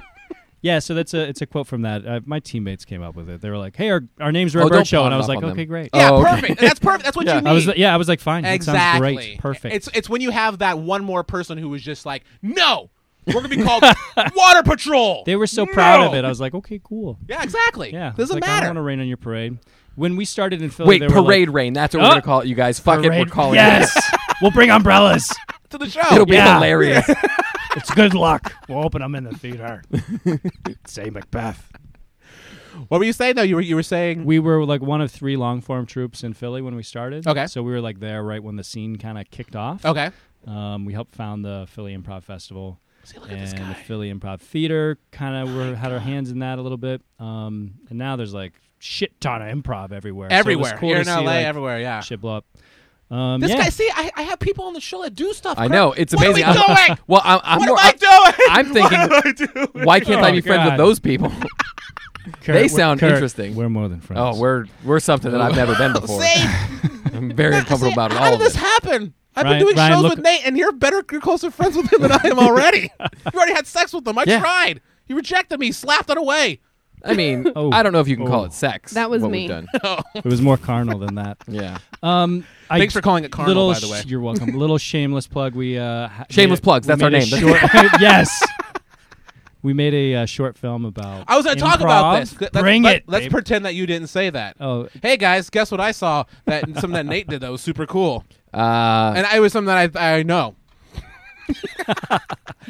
Yeah, so that's a it's a quote from that. Uh, my teammates came up with it. They were like, "Hey, our, our name's Rare
Oh, don't
Bird Show,"
pawn
and I
it
was
off
like,
on them.
"Okay, great."
Yeah,
Oh, okay.
perfect. That's perfect. That's what
Yeah.
you need.
I was (laughs) yeah, I was like, "Fine, that sounds
exactly.
great, perfect."
It's it's when you have that one more person who was just like, no, we're gonna be called (laughs) Water Patrol.
they were so proud of
No.
it. I was like, "Okay, cool."
Yeah, exactly.
Yeah, it's
doesn't
like, I
matter.
don't want to rain on your parade. When we started in Philly,
Wait,
they were
Parade
like,
Rain. That's what we're
Oh.
going to call it, you guys. Fuck it, we're
"Parade-
calling it.
Yes, we'll bring umbrellas.
to the
It'll
show.
be
Yeah.
hilarious.
It's good luck. We'll open them in the (laughs) theater. Say Macbeth.
What were you saying though? You were you were saying
We were like one of three long form troops in Philly when we started.
Okay.
so we were like there right when the scene kind of kicked off.
okay.
Um, we helped found the Philly Improv Festival. and the Philly Improv Theater kind of were had our hands in that a little bit. Um, and now there's like shit ton of improv everywhere. So it was
Everywhere
cool
here
to
in
see,
LA,
like,
everywhere. Yeah.
Shit blow up. Um,
This
yeah.
guy, see, I, I have people on the show that do stuff.
I
Kurt.
know. It's
What
amazing.
Are we (laughs)
I'm-
doing?
Well, I'm, I'm
what
more.
am I (laughs) doing?
I'm thinking,
(laughs)
why can't I
Oh,
be friends with
God.
those people?
Kurt,
(laughs) they
we're-
sound
Kurt,
interesting.
We're more than friends.
oh, we're we're something that I've never been
Oh,
before. I'm very uncomfortable about it,
How
all
did
of
this
it.
happen? I've
Ryan-
been doing
Ryan,
shows
look-
with Nate, and you're better, you're closer friends
(laughs)
with him than I am already. you already had sex with him. I
Yeah.
tried. You rejected me, slapped it away.
I mean,
(laughs) Oh.
I don't know if you can call
Oh.
it sex.
That was
what
me.
We've
(laughs)
done.
It was more carnal than that.
Yeah.
Um,
(laughs)
I-
Thanks for calling it carnal,
little
by the way.
sh- you're welcome. little shameless plug. We uh, ha-
Shameless
made a-
plugs,
we
that's our
made a
name. That's-
(laughs)
short- (laughs) yes. We made a uh, short film about.
I was going to talk
improv.
about this. Let's-
Bring
let-
it.
Let's
babe.
pretend that you didn't say that.
oh,
Hey guys, guess what I saw? That (laughs) something that Nate did that was super cool,
(laughs)
Uh,
and it was something that I, I know.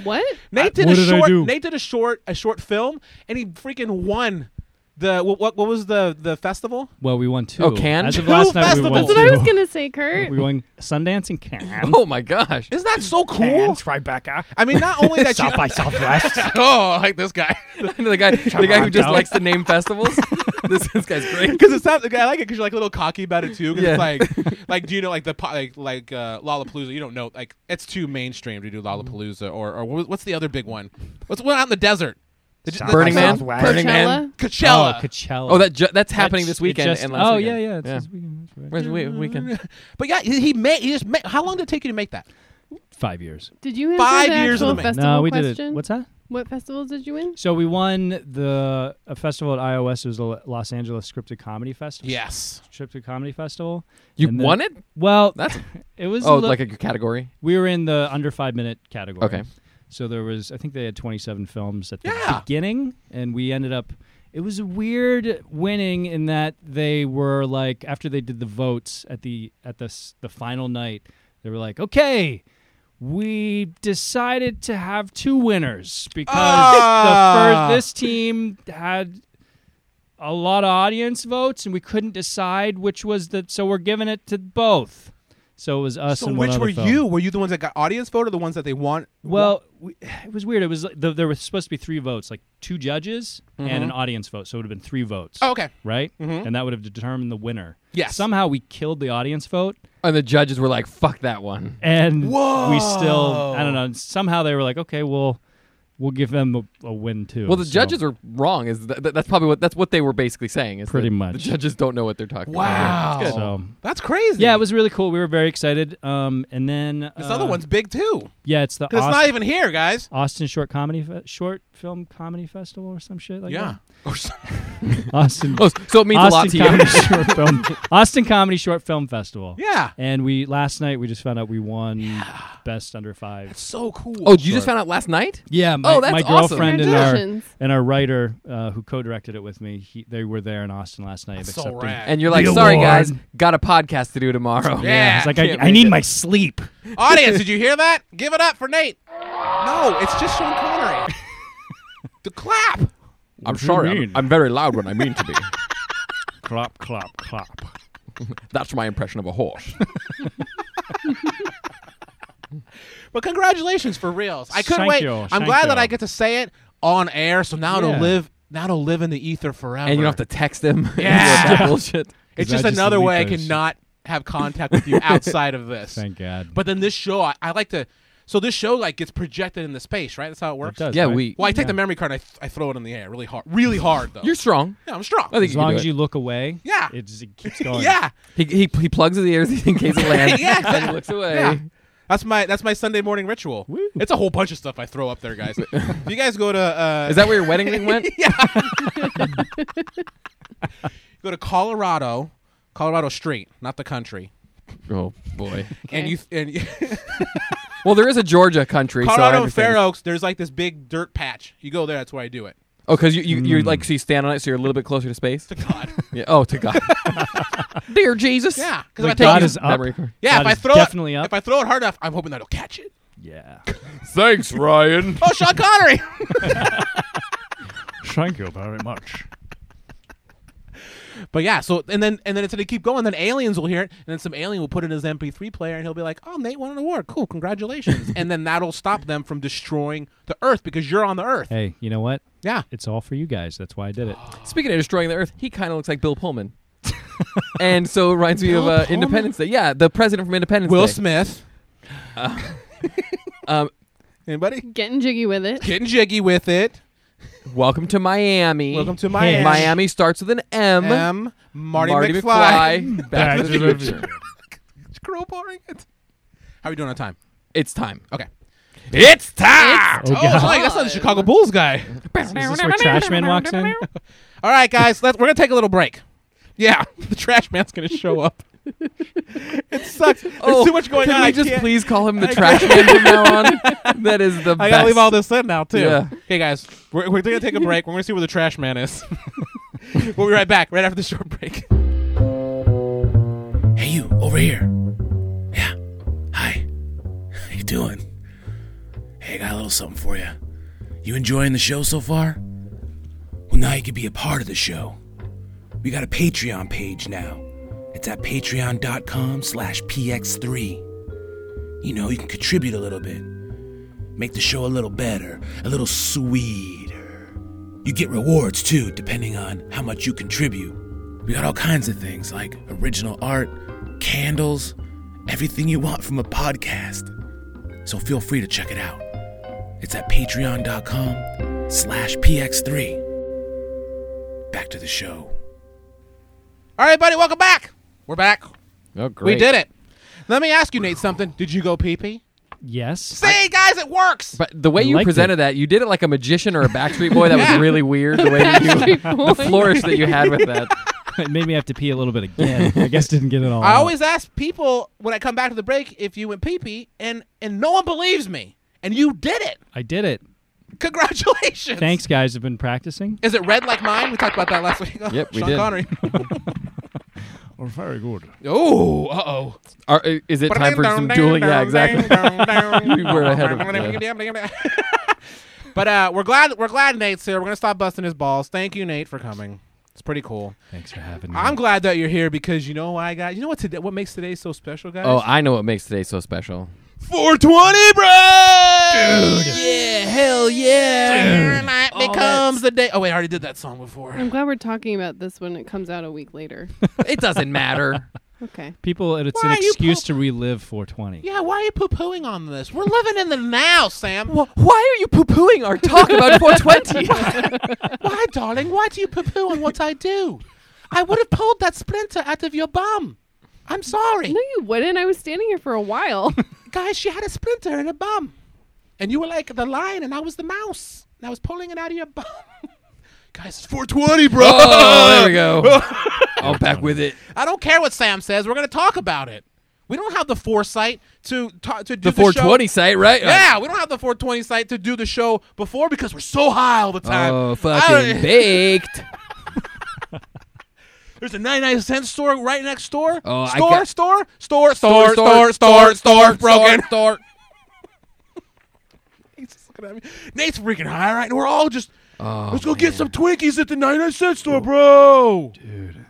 What?
Nate did
what
a
did I
short.
do?
Nate did a short a short film, and he freaking won the what what, what was the the festival?
well, we won two.
Oh, Cannes?
As of
Two (laughs)
last night, we
festivals.
won
That's what I was
two.
gonna say, Kurt.
We won Sundance and Cannes.
oh my gosh. (laughs)
Isn't that so cool?
Tribeca.
I mean, not only
(laughs)
that you
Southwest.
(laughs) oh I like this guy
the guy, the guy who just likes to name festivals. (laughs) this, this guy's
(laughs)
great.
because it sounds I like it because you're like a little cocky about it too. 'cause
Yeah.
it's
(laughs)
like like do you know like the po- like like uh, Lollapalooza? You don't know like it's too mainstream to do Lollapalooza or or what- what's the other big one? What's one out in the desert? The, j- the-
Burning Man.
Southwest.
Coachella.
Burning Man.
Coachella.
Oh, Coachella.
Oh, that ju- that's
That's-
happening this
it
weekend
just-
and last
oh
weekend.
yeah, yeah. It's this weekend, that's right.
Where's the we-
(laughs)
weekend?
But yeah, he, he made. He just made, how long did it take you to make that?
Five years.
Did you answer
Five
the
years
actual
on the man.
festival
no, we
question?
did it. What's that?
What festivals did you win?
So we won the a festival at iOS. It was the Los Angeles Scripted Comedy Festival.
Yes.
Scripted Comedy Festival.
You
And then-
won it?
Well,
That's
(laughs) it was.
oh,
li-
like a category.
we were in the under five minute category.
Okay.
So there was, I think they had 27 films at the
Yeah.
beginning, and we ended up. It was a weird winning in that they were like after they did the votes at the at the s- the final night, they were like, okay. We decided to have two winners because
Ah.
the first this team had a lot of audience votes and we couldn't decide which was the so we're giving it to both. So it was us
So
and one
which
other
were
film.
you? Were you the ones that got audience vote or the ones that they want?
Well, we, (sighs) it was weird. It was like, the, there was supposed to be three votes, like two judges and an audience vote. So it would have been three votes,
Mm-hmm. Oh, okay.
right? And that would have determined the winner.
Yes.
Somehow we killed the audience vote,
And the judges were like, "Fuck that one."
and we still I don't know. Somehow they were like, okay, well, we'll give them a, a win too.
Well, the
So-
judges are wrong. Is th- th- that's probably what that's what they were basically saying. Is
Pretty
that
much.
the judges don't know what they're talking about.
Wow.
So
That's crazy.
yeah, it was really cool. We were very excited. Um, and then
This
uh,
other one's big too.
yeah, it's the
Because
Aust-
it's not even here, guys.
Austin Short Comedy Fe- Short Film Comedy Festival or some shit like
Yeah.
that. Austin
Oh, so it means a lot to you. (laughs)
Comedy Short Film Austin Comedy Short Film Festival.
(laughs) Yeah.
And we last night we just found out we won best under five.
So cool.
Oh, you just found out last night?
Yeah, my,
Oh, that's
my
awesome.
girlfriend and our
Congratulations.
and our writer uh, who co-directed it with me, he, they were there in Austin last night.
That's so
accepting-
rad.
And you're like,
The
"Sorry
award.
guys, got a podcast to do tomorrow."
Yeah.
It's like
Can't
I, I
make
need
it.
my sleep.
Audience, did you hear that? Give it up for Nate. No, it's just Sean
(laughs)
Connery. the clap.
I'm sorry. I'm, I'm very loud when I mean
(laughs)
to be.
Clop, clop, clop.
That's my impression of a horse.
But congratulations for reals. I couldn't
Thank
wait.
you.
I'm
Thank
glad
you.
that I get to say it on air. So now
Yeah.
it'll live. Now it'll live in the ether forever.
and you don't have to text him. (laughs)
Yeah.
That bullshit.
It's
'Cause
just
I just
another
delete
way I
those.
can not have contact with you outside of this.
(laughs) Thank God.
But then this show, I, I like to. So this show like gets projected into space, right? That's how it
It
works.
does,
Yeah,
right?
we.
Well, I take the memory card and I, th- I throw it in the air really hard, really hard though.
You're strong.
yeah, I'm strong.
I think
As
you can
long
do
as
it.
you look away,
Yeah.
it, just, it keeps going.
yeah,
He, he, he plugs his ears (laughs) in case
(laughs)
it lands.
Yeah,
and he looks away.
yeah. That's my that's my Sunday morning ritual. It's a whole bunch of stuff I throw up there,
(laughs)
guys. if you guys go to uh,
Is that where your wedding
(laughs)
ring went?
go to Colorado, Colorado Street, not the country,
Oh boy.
and you and. (laughs)
Well, there is a Georgia country. so I
Colorado and
understand.
Fair Oaks, there's like this big dirt patch. You go there, that's where I do it.
Oh, because you, you you're
Mm.
like so you stand on it, so you're a little bit closer to space.
To God.
(laughs) Yeah. Oh,
(laughs)
to God. Dear Jesus.
yeah. Because
Like
if I throw
God
it,
is up.
Memory card.
yeah,
God
if I
is
throw
definitely
it,
up.
if I throw it hard enough, I'm hoping that it'll catch it.
yeah.
Thanks, Ryan.
Oh,
(laughs)
Sean Connery. (laughs)
Thank you very much.
but yeah, so and then and then it's gonna keep going. Then aliens will hear it, and then some alien will put it in his MP3 player, and he'll be like, "Oh, Nate won an award. Cool,
(laughs)
congratulations!" and then that'll stop them from destroying the Earth because you're on the Earth.
Hey, you know what?
Yeah.
It's all for you guys. That's why
(gasps)
I did it.
Speaking of destroying the Earth, he kind of looks like
(laughs)
Bill Pullman. and so it reminds me of
Bill
uh,
Pullman?
Independence Day. Yeah, the president from Independence
Will
Day.
Smith.
Uh, Um,
(laughs) Anybody
Getting jiggy with it.
getting jiggy with it?
Welcome to Miami.
Welcome to Miami.
Miami starts with an M.
M. Marty, (laughs)
Marty
McFly.
McFly. Back to the future.
Crowbarring it. How are we doing on time?
It's time.
Okay.
It's time.
Oh,
Oh, it's like- that's not the Chicago Bulls guy.
(laughs)
Is this where Trashman walks in?
All right, guys, let's, we're gonna take a little break. Yeah, (laughs) the trash man's gonna show up. (laughs) it sucks. There's too much going
Oh, can
on.
we
I
just
can't-
please call him the trash man from now
(laughs)
on? That is the
I
best.
gotta leave all this in now too.
Yeah.
Hey guys, we're, we're gonna take a break. We're gonna see where the trash man is. (laughs) we'll be right back, right after the short break.
Hey, you over here. Yeah. Hi. How you doing? Hey, I got a little something for you. You enjoying the show so far? Well, now you can be a part of the show. We got a Patreon page now. It's at patreon.com slash px3. You know, you can contribute a little bit. Make the show a little better, a little sweeter. You get rewards too, depending on how much you contribute. We got all kinds of things like original art, candles, everything you want from a podcast. So feel free to check it out. It's at patreon.com slash px3. Back to the show.
All right, buddy, welcome back. We're back.
Oh, great.
We did it. Let me ask you, Nate, something. Did you go pee pee?
Yes.
See, guys, it works.
But the way you
Liked
presented
it.
that, you did it like a magician or a Backstreet Boy. That
Yeah.
was really weird. The
(laughs)
way that you, (laughs) the flourish that you had with that.
(laughs) it made me have to pee a little
(laughs)
bit again. I guess didn't get it all.
I
uh,
out.
always ask people when I come back to the break if you went pee pee, and and no one believes me. And you did it.
I did it.
Congratulations.
Thanks, guys. I've been practicing.
Is it red like mine? We talked about that last week.
Yep, we
Sean
did. (laughs)
Connery.
Or very good.
oh, uh oh.
(laughs) Are, is it time for some dueling? Yeah, exactly. We were ahead of-
(laughs) but uh, we're glad we're glad Nate's here. We're gonna stop busting his balls. Thank you, Nate, for coming. It's pretty cool.
Thanks for having me.
I'm glad that you're here because you know why, guys. You know what today? What makes today so special, guys?
(laughs) Oh, I know what makes today so special.
420, bro. Dude. Yeah, hell yeah. Night becomes the day. Oh wait, I already did that song before.
I'm glad we're talking about this when it comes out a week later.
It doesn't matter.
Okay. (laughs)
People, it's
Why
an
are you
excuse
pop-
to relive 420.
Yeah, why are you poo pooing on this? We're living in the now, Sam.
(laughs) Why are you poo pooing our talk (laughs) about 420?
Why, darling? Why do you poo poo on what I do? I would have pulled that splinter out of your bum. I'm sorry.
No, you wouldn't. I was standing here for a while. (laughs)
Guys, she had a splinter in her bum. And you were like the lion, and I was the mouse. And I was pulling it out of your bum. (laughs) Guys, it's 420, bro.
(laughs) oh, there
(laughs)
we go. I'm back with it.
I don't care what Sam says. We're going to talk about it. We don't have the foresight to ta- to do
The
the, show-
420 site, right?
Yeah, we don't have the 420 site to do the show before because we're so high all the time.
Oh,
I
fucking
don't- (laughs)
baked.
There's a 99 cent store right next door.
Oh, I
store,
got-
store, store, store,
Store,
store,
store,
store,
store,
store,
store,
broken.
store,
(laughs) He's just looking at me. Nate's freaking high right now. We're all just. Let's go get some Twinkies at the 99 cent store, bro.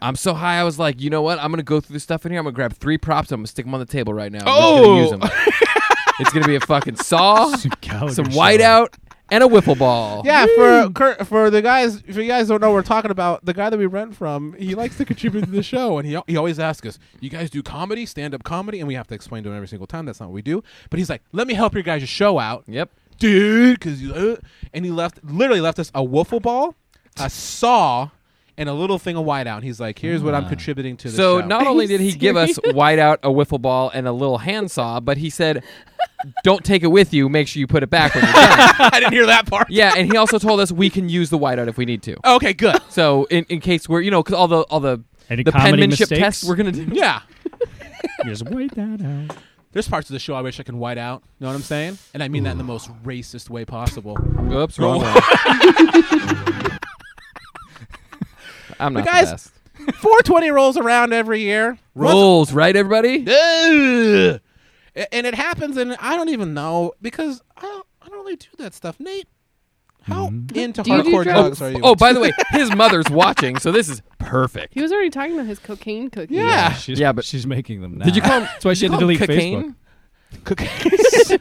I'm so high. I was like, you know what? I'm gonna go through the stuff in here. I'm gonna grab three props. I'm gonna stick them on the table right now.
Oh.
I'm just gonna use them. it's gonna be a
(laughs)
fucking saw, some,
Gallagher show.
whiteout, and a wiffle ball.
Yeah, for Kurt, for the guys, if you guys don't know what we're talking about, the guy that we rent from, he likes to contribute (laughs) to the show, and he he always asks us, "You guys do comedy, stand up comedy?" And we have to explain to him every single time that's not what we do. But he's like, "Let me help your guys' show out,
Yep.
dude," because you. Uh, and he left, literally left us a wiffle ball, a saw, and a little thing of whiteout. And he's like, "Here's what I'm contributing to the
So
show."
not
(laughs)
Are
only
you
did he give us whiteout, a wiffle ball, and a little handsaw, but he said, "Don't take it with you. Make sure you put it back when you're done."
I didn't hear that part.
yeah, and he also told us we can use the whiteout if we need to.
Okay, (laughs) good.
So in, in case we're you know because all the all the
Any
the
comedy
penmanship
mistakes?
tests we're gonna do.
Yeah.
Just wait
(laughs)
that out.
There's parts of the show I wish I could white out. You know what I'm saying? And I mean that in the most racist way possible.
Oops,
(laughs)
wrong one. I'm not
guys-
the best.
420 rolls around every year.
Rolls, right, everybody?
Ugh. (laughs) A- And it happens, and I don't even know because I don't, I don't really do that stuff. Nate, how into
Do you do
hardcore
drugs?
drugs are you?
Oh, by the way, his mother's watching, so this is perfect.
He was already talking about his cocaine cookie.
yeah.
Ah, She's,
Yeah, but-
she's making them now.
Did you call him?
That's why she had to delete Facebook.
Cocaine.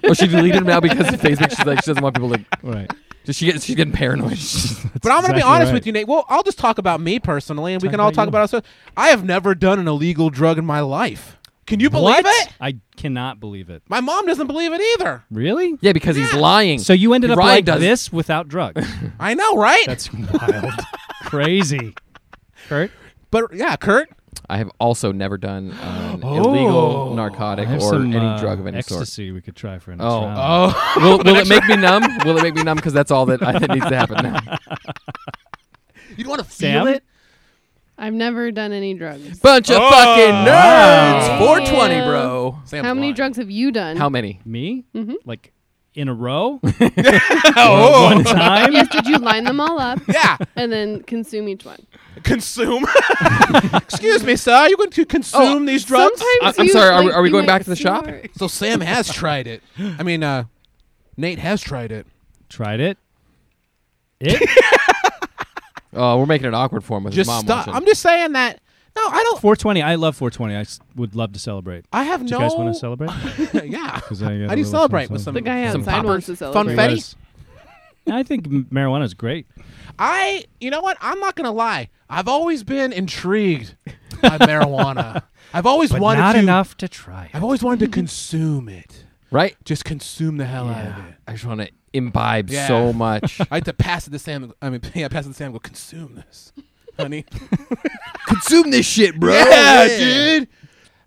oh, she deleted him now because of Facebook. She's like, she doesn't want people to. (laughs)
Right.
Just, she get, she's getting
but
paranoid.
I'm going to
exactly
be honest
right.
with you, Nate. Well, I'll just talk about me personally, and we
Talk
can all
about
talk
you.
about ourselves. I have never done an illegal drug in my life. Can you believe it?
I cannot believe it.
My mom doesn't believe it either.
Really?
yeah, because he's lying.
So you ended up
Ryan
like
does-
this
(laughs)
without drugs.
I know, right?
That's wild. (laughs) Crazy. Kurt?
but yeah, Kurt,
I have also never done an illegal narcotic
I have
or
some,
any
uh,
drug of any sort.
ecstasy we could try for an
Oh.
Oh,
(laughs) Will, will it make me numb? Will it make me numb? Because that's all that, I, that needs to happen now.
You don't want to feel
Sam?
it.
I've never done any drugs.
Bunch of fucking nerds.
Wow.
420,
Yeah.
bro.
Sam's
How many
lying.
drugs have you done?
How many?
Me?
Mm-hmm.
Mhm.
Like in
(laughs)
a row? oh. One time?
yes, did you line them all up
(laughs)
(laughs)
Yeah,
and then consume each one?
consume. (laughs) Excuse me, sir. Are you going to consume
Oh,
these drugs?
Sometimes
I- I'm
you,
sorry, are we-
like,
are we
you
going
might
back to the shop?
snort.
So Sam has tried it. I mean, uh, Nate has tried it.
Tried it. It?
(laughs) Oh, we're making it awkward for him with
Just
his mom
stop.
watching.
I'm just saying that. No, I don't.
420. I love 420. I s- would love to celebrate.
I have
Do
no.
you guys want to celebrate?
celebrate? (laughs) yeah.
(laughs) 'Cause I got
How
a
do you
little
celebrate with some?
something.
The guy
some
outside wants to
poppers?
celebrate.
Funfetti?
Guys, I think m- marijuana is great.
I, you know what? I'm not gonna lie. I've always been intrigued
(laughs)
by marijuana. I've always
But
wanted
not
to.
enough to try it.
I've always wanted to consume it.
right?
Just consume the hell out of it.
I just want to imbibe
Yeah. (laughs)
so much.
I had to pass it to Sam. I mean, (laughs) yeah, pass it to Sam. and Go consume this, honey.
Consume this shit, bro.
yeah, dude.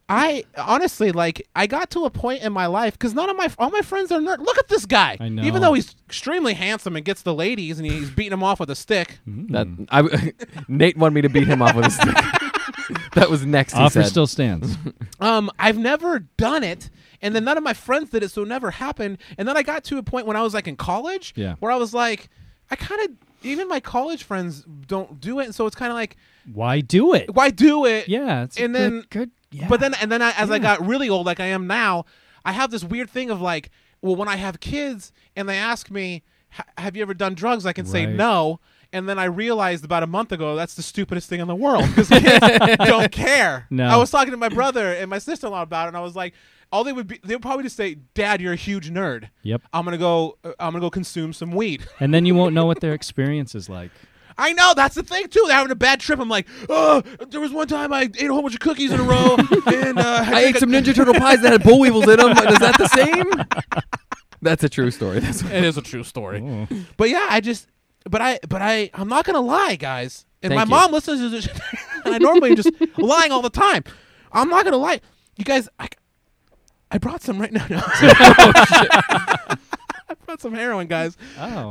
I honestly like. I got to a point in my life because none of my all my friends are nerd. Look at this guy.
I know.
Even though he's extremely handsome and gets the ladies, and he's beating them off with a stick.
That I, (laughs) Nate wanted me to beat him off with a stick. (laughs) that was next. He
Offer
said.
still stands.
Um, I've never done it, and then none of my friends did it, so it never happened. And then I got to a point when I was like in college,
Yeah.
where I was like, I kind of even my college friends don't do it, and so it's kind of like,
Why do it?
why do it?
Yeah. It's a
And
good,
then-
good. Yeah.
But then, and then I, as I got really old, like I am now, I have this weird thing of like, well, when I have kids and they ask me, "Ha- have you ever done drugs? I can say
Right.
no. And then I realized about a month ago that's the stupidest thing in the world because kids
(laughs)
don't care.
No.
I was talking to my brother and my sister in law about it, and I was like, all they would be, they would probably just say, "Dad, you're a huge nerd.
Yep.
I'm gonna go, uh, I'm gonna go consume some weed."
And then you won't know what their experience is like.
I know that's the thing too. They're having a bad trip. I'm like, oh, there was one time I ate a whole bunch of cookies in a
(laughs)
row, and uh,
I ate some Ninja Turtle pies that had bullweevils in them. Is that the same? That's a true story. That's
It is a true (laughs) story.
Oh.
Mm. But yeah, I just, but I, but I, I'm not gonna lie, guys. And
Thank
my
you.
mom listens to this, and (laughs) I normally am just lying all the time. I'm not gonna lie, you guys. I, I brought some right now. (laughs) No. I brought some heroin, guys.
Oh.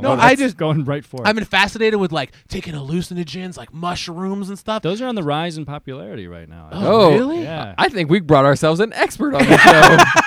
No,
Well,
I
that's
just-
going right for it.
I've been fascinated with like taking hallucinogens, like mushrooms and stuff.
Those are on the rise in popularity right now.
Oh,
really?
Yeah.
I think we brought ourselves an expert on the
(laughs)
show.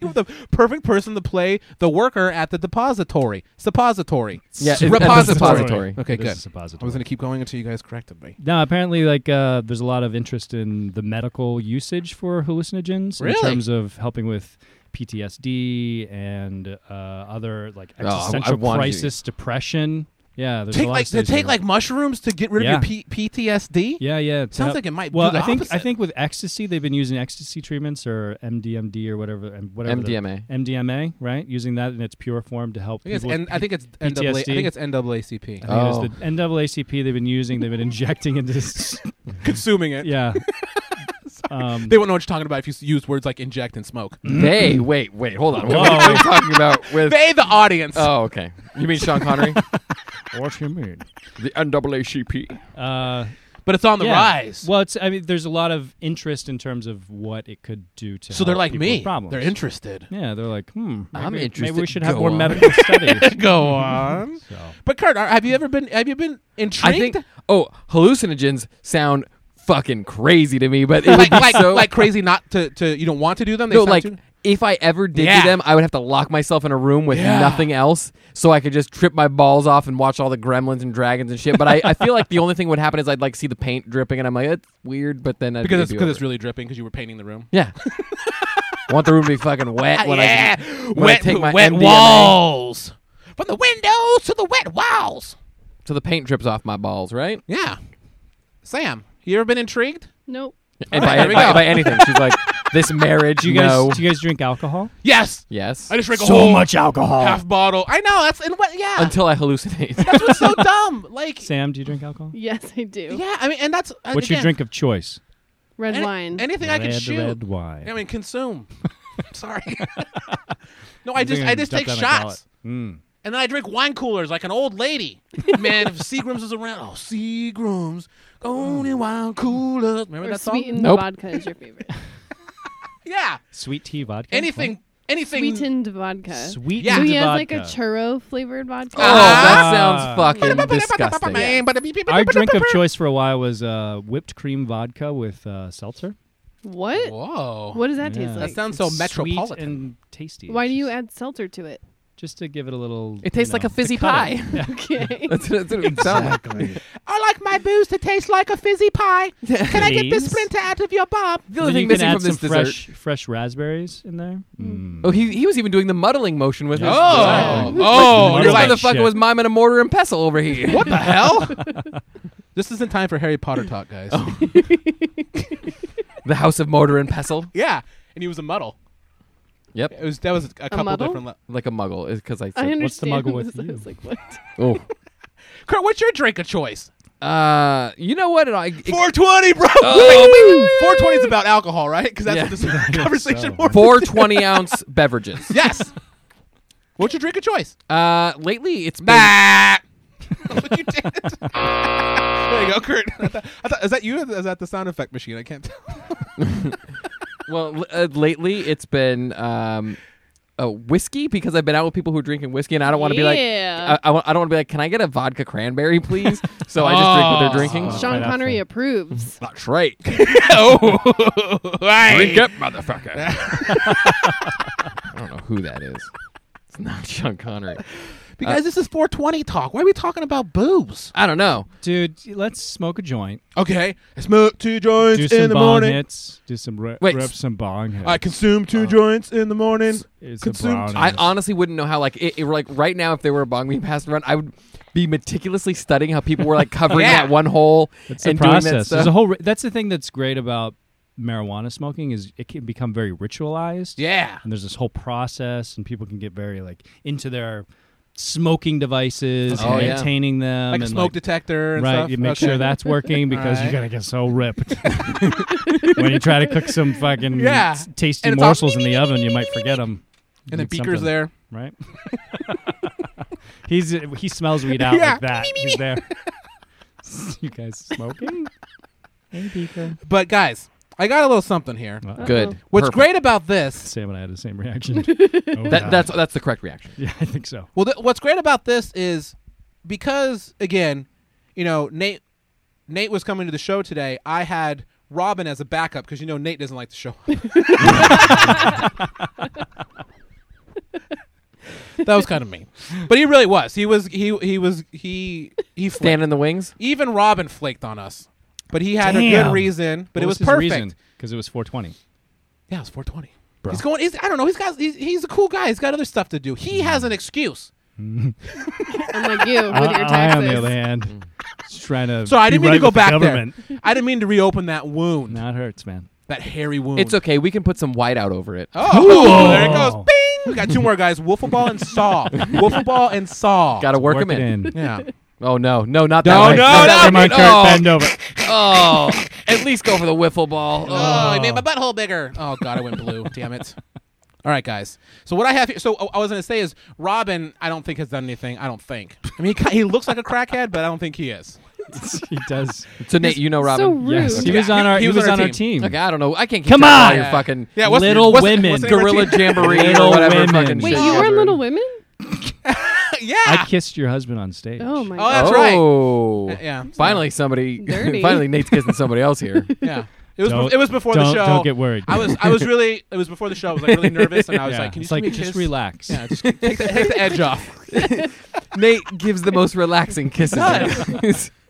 You're the perfect person to play the worker at the depository. Suppository.
yeah, it's
Repository.
repository.
Okay,
This
good.
is a
I
positive.
was gonna keep going until you guys corrected me.
No, apparently, like uh, there's a lot of interest in the medical usage for hallucinogens
Really?
in terms of helping with PTSD and uh, other like
Oh, I- I
existential
wanted you-
crisis, depression. Yeah, there's a
Take
lot
like
of
to
studies
take
on
like
that.
mushrooms to get rid
Yeah.
of your P- PTSD.
yeah, yeah. to
Sounds
help-
like it might do
Well,
the
I think I
opposite.
think with ecstasy, they've been using ecstasy treatments or MDMD or whatever, and whatever the-
MDMA.
MDMA, right? Using that in its pure form to help
I think it's,
people with
N- I think it's
PTSD.
NAA, I think it's NAACP.
I
Oh.
think it's the NAACP they've been using. They've been injecting
(laughs)
into this.
(laughs) consuming it.
Yeah. um,
They won't know what you're talking about if you s- use words like inject and smoke.
They wait, wait, hold on. What are we talking
(laughs)
about with?
They, the audience.
Oh, okay. You mean
(laughs)
Sean Connery,
what you mean?
the NAACP?
Uh,
but it's on the
yeah.
rise.
Well, it's. I mean, there's a lot of interest in terms of what it could do to.
so they're
help
like
people
me.
With problems.
They're interested.
yeah, they're like, hmm. Maybe,
I'm
Maybe we
interested.
should have
Go
more
on.
medical studies.
(laughs) Go on.
So.
But Kurt, are, have you ever been? Have you been intrigued?
I think. Oh, hallucinogens sound fucking crazy to me, but
(laughs)
it would
like
be
like,
so
like crazy not to, to you don't want to do them. They
no,
sound
like
too-
if I ever did
Yeah.
do them, I would have to lock myself in a room with
Yeah.
nothing else so I could just trip my balls off and watch all the gremlins and dragons and shit. But I, I feel like the only thing would happen is I'd like see the paint dripping and I'm like, it's weird, but then I'd
because it's
it'd be
because it's
over.
really dripping because you were painting the room.
Yeah. Want the room to be fucking wet when I when I
wet
take my
wet
MDMA.
walls from the windows to the wet walls.
so the paint drips off my balls, right?
Yeah, Sam, you ever been intrigued?
Nope.
And
right,
by,
there we
by,
go.
by anything. She's like, This marriage,
Do you guys?
no.
Do you guys drink alcohol?
Yes,
yes.
I just drank a whole
alcohol.
half bottle. I know that's and what yeah.
(laughs) Until I hallucinate.
that's what's so dumb. (laughs) Like
Sam, do you drink alcohol?
Yes, I do.
yeah, I mean, and that's uh,
What's
again,
your drink of choice?
Red
any-
wine.
Anything I
red,
can shoot.
red wine.
I mean,
(laughs)
consume. Sorry. no, I
I'm
just
gonna
I just take
jump down my ballot.
shots.
Mm.
And then I drink wine coolers like an old
(laughs)
lady. Man, if Seagrams was around, oh Seagrams, only wine coolers. Remember
or
that song?
sweetened
Nope.
vodka is your favorite.
Yeah,
Sweet tea vodka.
anything anything.
Sweetened vodka.
Sweet
Yeah.
So
vodka.
he has like a churro flavored vodka.
Oh, that
Ah.
sounds fucking disgusting.
(laughs)
Our drink of choice for a while was uh, whipped cream vodka with uh, seltzer.
What?
Whoa.
What does that
Yeah.
taste
That
like?
sounds so
It's Sweet
metropolitan.
and tasty.
Why do you
Just,
add seltzer
(laughs)
to it?
just to give it a little.
It tastes
you
like
know,
a fizzy
to cut
pie.
it. Yeah.
Okay.
That's what it would sound like.
I like my booze to taste like a fizzy pie. Can I get this
Please?
splinter out of your bob?
The
Then
only thing
you can
missing
add
from
some
this dessert.
fresh, fresh raspberries in there. Mm.
Oh, he, he was even doing the muddling motion with his.
Oh, oh,
Exactly.
you're
Like
this
like,
mother-
motherfucker
shit.
was miming a mortar and pestle over here.
what the hell? this isn't time for Harry Potter talk, (laughs) guys.
The House of Mortar and Pestle.
Yeah, and he was a muddle.
Yep,
It was that was a couple
muddle?
different. Le-
like a muggle, because I. Said,
I understand.
what's the muggle with
this. I
you?
was like, what?
Oh,
Kurt, what's your drink of choice?
uh, you know what? I, it-
420, (laughs) bro.
Oh.
420 is about alcohol, right? Because that's
Yeah.
what (laughs) this conversation was.
four twenty ounce beverages.
(laughs) Yes. What's your drink of (laughs) choice?
(laughs) Uh, lately it's been,
Ah. That's what (laughs) you did. (laughs) there you go, Kurt. (laughs) I thought, I thought, is that you? Or is that the sound effect machine? I can't tell.
well, l- uh, lately it's been um, uh, whiskey because I've been out with people who are drinking whiskey, and I don't want to be like. uh,
Yeah.
I, I, wa- I don't want to be like, can I get a vodka cranberry, please? So I just drink what they're drinking.
Oh.
Sean
Right
Connery
after.
approves.
That's right.
oh, drink
up, motherfucker.
I don't know who that is. It's not (laughs) Sean Connery.
Because this is 420 talk. Why are we talking about boobs?
I don't know.
Dude, let's smoke a joint.
Okay, I smoke two joints
do
in
some
the
bong
morning.
hits. Do some re-
Wait,
rep
s-
some bong hits.
I consume
Uh,
two joints in the morning.
It's
consumed-
a brown
I honestly wouldn't know how. Like, it, it- like right now, if there were a bong being passed around, I would be meticulously studying how people were like covering
Yeah.
that one hole
it's
and
a
doing that
process. There's
stuff.
a whole. Ri- that's the thing that's great about marijuana smoking is it can become very ritualized.
Yeah.
And there's this whole process, and people can get very like into their smoking devices,
Oh,
and
yeah.
maintaining them,
Like a
and
smoke
like,
detector and
right.
stuff. (laughs)
You make
Okay.
sure that's working because
Alright.
you're gonna get so ripped when you try to cook some fucking
Yeah.
s- tasty
And it's all
morsels in the oven. You might forget them.
And the beaker's there.
right? He's he smells weed out
Yeah.
like that. He's there. you guys smoking? Hey, Pico.
But guys, I got a little something here.
Well,
Good.
What's
Perfect.
great about this
Uh, Sam and I had the same
(laughs)
reaction. Oh,
That,
God.
that's that's the correct reaction.
(laughs) yeah, I think so.
Well, th- what's great about this is because again, you know, Nate Nate was coming to the show today. I had Robin as a backup because you know Nate doesn't like the show. (laughs) that was kind of mean, but he really was. He was he he was he he flaked.
Stand in the wings.
even Robin flaked on us, but he had a good
Damn.
reason. But it was, perfect.
because it was 420.
Yeah, it's 420. He's going. He's, I don't know. He's got. He's, he's a cool guy. He's got other stuff to do. He has an excuse.
Unlike you with
I,
your
I, on the other
taxes.
hand, just trying to.
Mm. So I
be
didn't mean
right
to go
with the
back
government.
there. (laughs) I didn't mean to reopen that wound,
Now it hurts, man.
that hairy wound.
It's okay. We can put some white out over it.
Oh, there it goes. Bing. We got two more guys: Wiffle ball and (laughs) Saw. Wiffle ball and Saw.
Got to work,
Work
him
it
(laughs)
in.
in.
Yeah.
Oh no, no, not
No,
that. way.
no,
Not that
no,
way.
Come on, Kurt, bend
Oh,
over.
oh, at least go for the wiffle ball.
(laughs)
Oh, I made my butthole bigger. Oh God, I went blue. Damn it. All right, guys. So what I have here. So oh, I was gonna say is Robin. I don't think has done anything. I don't think. I mean, he, ki- he looks like a crackhead, but I don't think he is.
(laughs) he does.
So Nate, you know
So
Robin.
rude.
Yes, he was
Yeah,
on
he-
our.
he
He
was
was
on
on
our
our team.
okay, I don't know. I can't. Keep
Come
track of all
on!
Your fucking
Yeah. What's
Little
what's,
Women.
What's the name of our
(laughs)
gorilla
team?
jamboree
Little
or whatever
women.
fucking
Wait,
shit
you were in
doing.
Little Women?
(laughs) yeah.
I kissed your husband on stage.
Oh my
Oh,
god.
that's right.
oh.
Yeah.
Finally, somebody. (laughs)
Dirty.
finally, Nate's kissing somebody else here.
(laughs)
Yeah. It was.
Don't-
bef- it was before the
don't-
show.
don't get worried.
I was. I was really. It was before the show. I was like really
(laughs)
nervous, and I was like, "Can you
it's
just
like
give me a
just
kiss?
relax.
Yeah, just take the, take the edge off.
Nate gives the most relaxing kisses.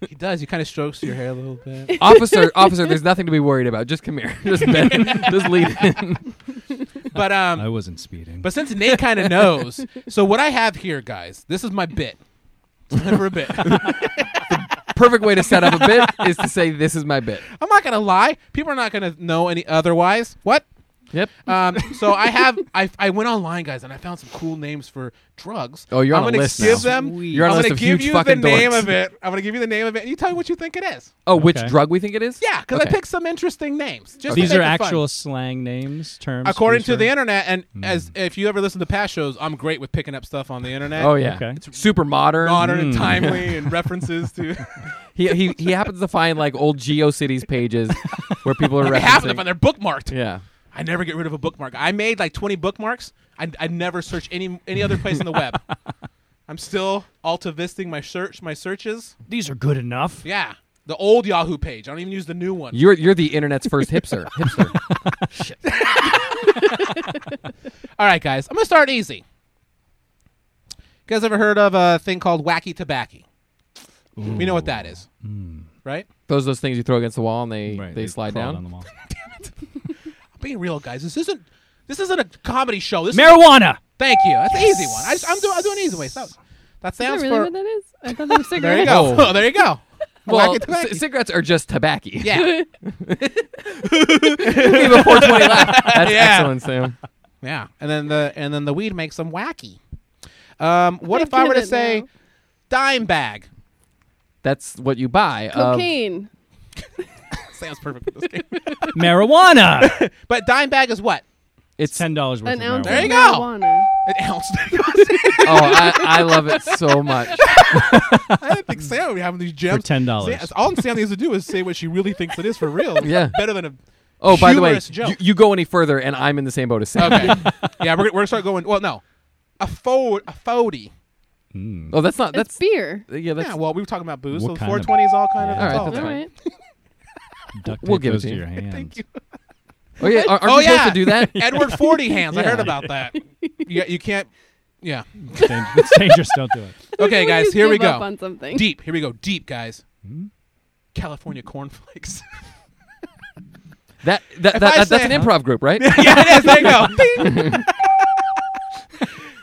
He does. He kind of strokes your hair a little bit.
(laughs) officer, officer, there's nothing to be worried about. Just come here. (laughs) Just bend. just lead in.
But um,
I wasn't speeding.
But since Nate kind of knows, so what I have here, guys, this is my bit. It's time for a (laughs) bit. I'm
Perfect way to set up a bit is to say, "This is my bit."
not gonna lie. People are not gonna know any otherwise. What?
Yep.
Um, so I have. I, I went online, guys, and I found some cool names for drugs.
Oh, you're
I'm
on a
gonna
list
give
now.
them.
Sweet.
You're
I'm
on a list
gonna
of
give
huge
you the
fucking
name
dorks.
of it. I'm gonna give you the name of it, and you tell me what you think it is.
Oh, which
Okay.
drug we think it is?
(laughs) Yeah, because I
Okay.
picked some interesting names. Just to
These
make
are
it fun.
actual slang names, terms. Mm,
according
for
to the
sure.
internet, and as if you ever listen to past shows, I'm great with picking up stuff on the internet.
Oh yeah.
Okay.
Super modern.
modern and timely, and references (laughs) to.
He, he he happens to find like old GeoCities pages where people are
they happen to (laughs)
referencing.
find they're bookmarked.
yeah.
I never get rid of a bookmark. I made like 20 bookmarks. I, I never search any any other place on the
(laughs)
web. I'm still altavisting my search my searches.
These are good enough.
Yeah, the old Yahoo page. I don't even use the new one.
You're you're the internet's first hipster. hipster.
All right, guys, I'm gonna start easy. You guys ever heard of a thing called wacky tobacco? We know what that is, right?
Those those things you throw against the wall and they
Right,
they, slide
crawl
down.
the wall. (laughs)
I'm being real, guys. This isn't this isn't a comedy show. This
Marijuana.
thank you. That's an easy one. I, am doing I'm doing easy way. So that
Is that
sounds
really
for
what that is? I thought they were
there you
cigarettes.
go. Oh, (laughs) there you go.
(laughs) Well,
Wacky tobacco.
c- cigarettes are just tobacco.
(laughs)
(laughs)
yeah,
Give a 420 laugh. That's
Yeah.
excellent, Sam.
yeah. And then the and then the weed makes them wacky. Um, what if I
get
were to
it
say
now.
dime bag?
That's what you buy. um, of-
Cocaine.
Sounds perfect for this game.
(laughs)
Marijuana.
but dime bag is what? (laughs)
it's
Ten dollars worth
An
of
ounce
marijuana.
There you
of
go.
marijuana.
An ounce.
oh, I, I love it so much.
(laughs) I didn't think Sam would be having these
For
gems.
ten
Sam,
dollars.
all Sam needs to do is say what she really thinks it is for real.
(laughs) Yeah.
Better than a.
Oh, by the way,
Humorous joke.
you, you go any further, and I'm in the same boat as Sam.
(laughs)
Okay. yeah, we're, we're gonna start going. Well, no, a forward, a forty.
Oh, that's not that's
That's beer.
yeah. That's
Yeah. Well, we were talking about booze,
What
so
kind of-
four twenty is all kind of.
Yeah.
it's
All right,
all-
that's
All
fine.
right.
Duct
We'll
tape
give it
those
to you.
your hands.
Thank you.
oh yeah. Aren't
Oh,
you
yeah.
supposed to do that?
Edward Forty
(laughs)
Hands. I
Yeah.
heard about that. Yeah, you can't. Yeah.
It's dang- it's dangerous. Don't do
(laughs)
it.
Okay,
When
guys,
you
here we
give up
go.
on something.
Deep. Here we go. Deep, guys.
Hmm?
California cornflakes. (laughs)
That, that, that,
If I
that- that's
say-
an improv group, right?
yeah, it is. There you go. Ding.
(laughs)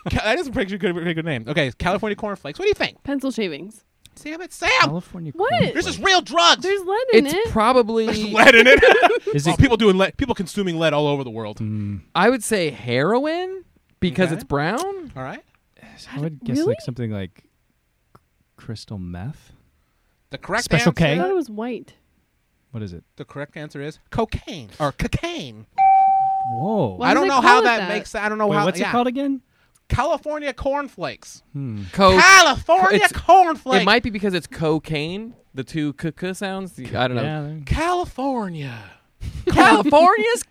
Ca- that is a pretty good, pretty good name. Okay, California cornflakes. What do you think?
Pencil shavings.
Sam, it's Sam.
California.
What?
cornflakes.
This is real drugs.
There's lead in
It's
it.
probably
lead in it.
Is
Oh,
it?
people doing lead. People consuming lead all over the world.
Hmm.
I would say heroin because
Okay.
it's brown.
All right.
I would guess
Really?
like something like c- crystal meth.
The correct
Special
answer.
I
K?
thought it was white.
What is it?
The correct answer is cocaine or cocaine.
Whoa.
Why
I
do
don't
they call
know how
it
that,
that?
makes. I don't know
Wait,
how.
what's
yeah.
it called again?
California cornflakes.
Co-
California
it's-
cornflakes.
it might be because it's cocaine. The two k k sounds. I don't know.
Yeah, there-
California.
(laughs) California's.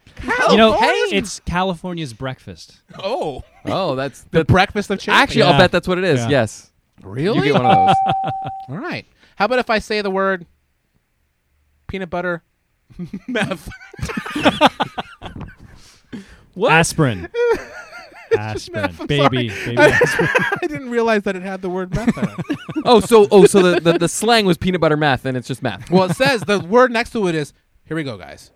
you know,
California's-
it's California's breakfast.
oh,
Oh, that's
the
the.
breakfast of champions.
Actually, I'll
Yeah.
bet that's what it is.
Yeah.
Yes,
really?
you get one of those.
All right. How about if I say the word peanut butter (laughs) meth? (laughs)
What?
(laughs)
Aspirin. aspirin. baby. Baby aspirin.
I didn't realize that it had the word meth in it.
(laughs) Oh, so oh, so the, the, the slang was peanut butter meth, and it's just meth.
(laughs) well, it says the word next to it is. Here we go, guys.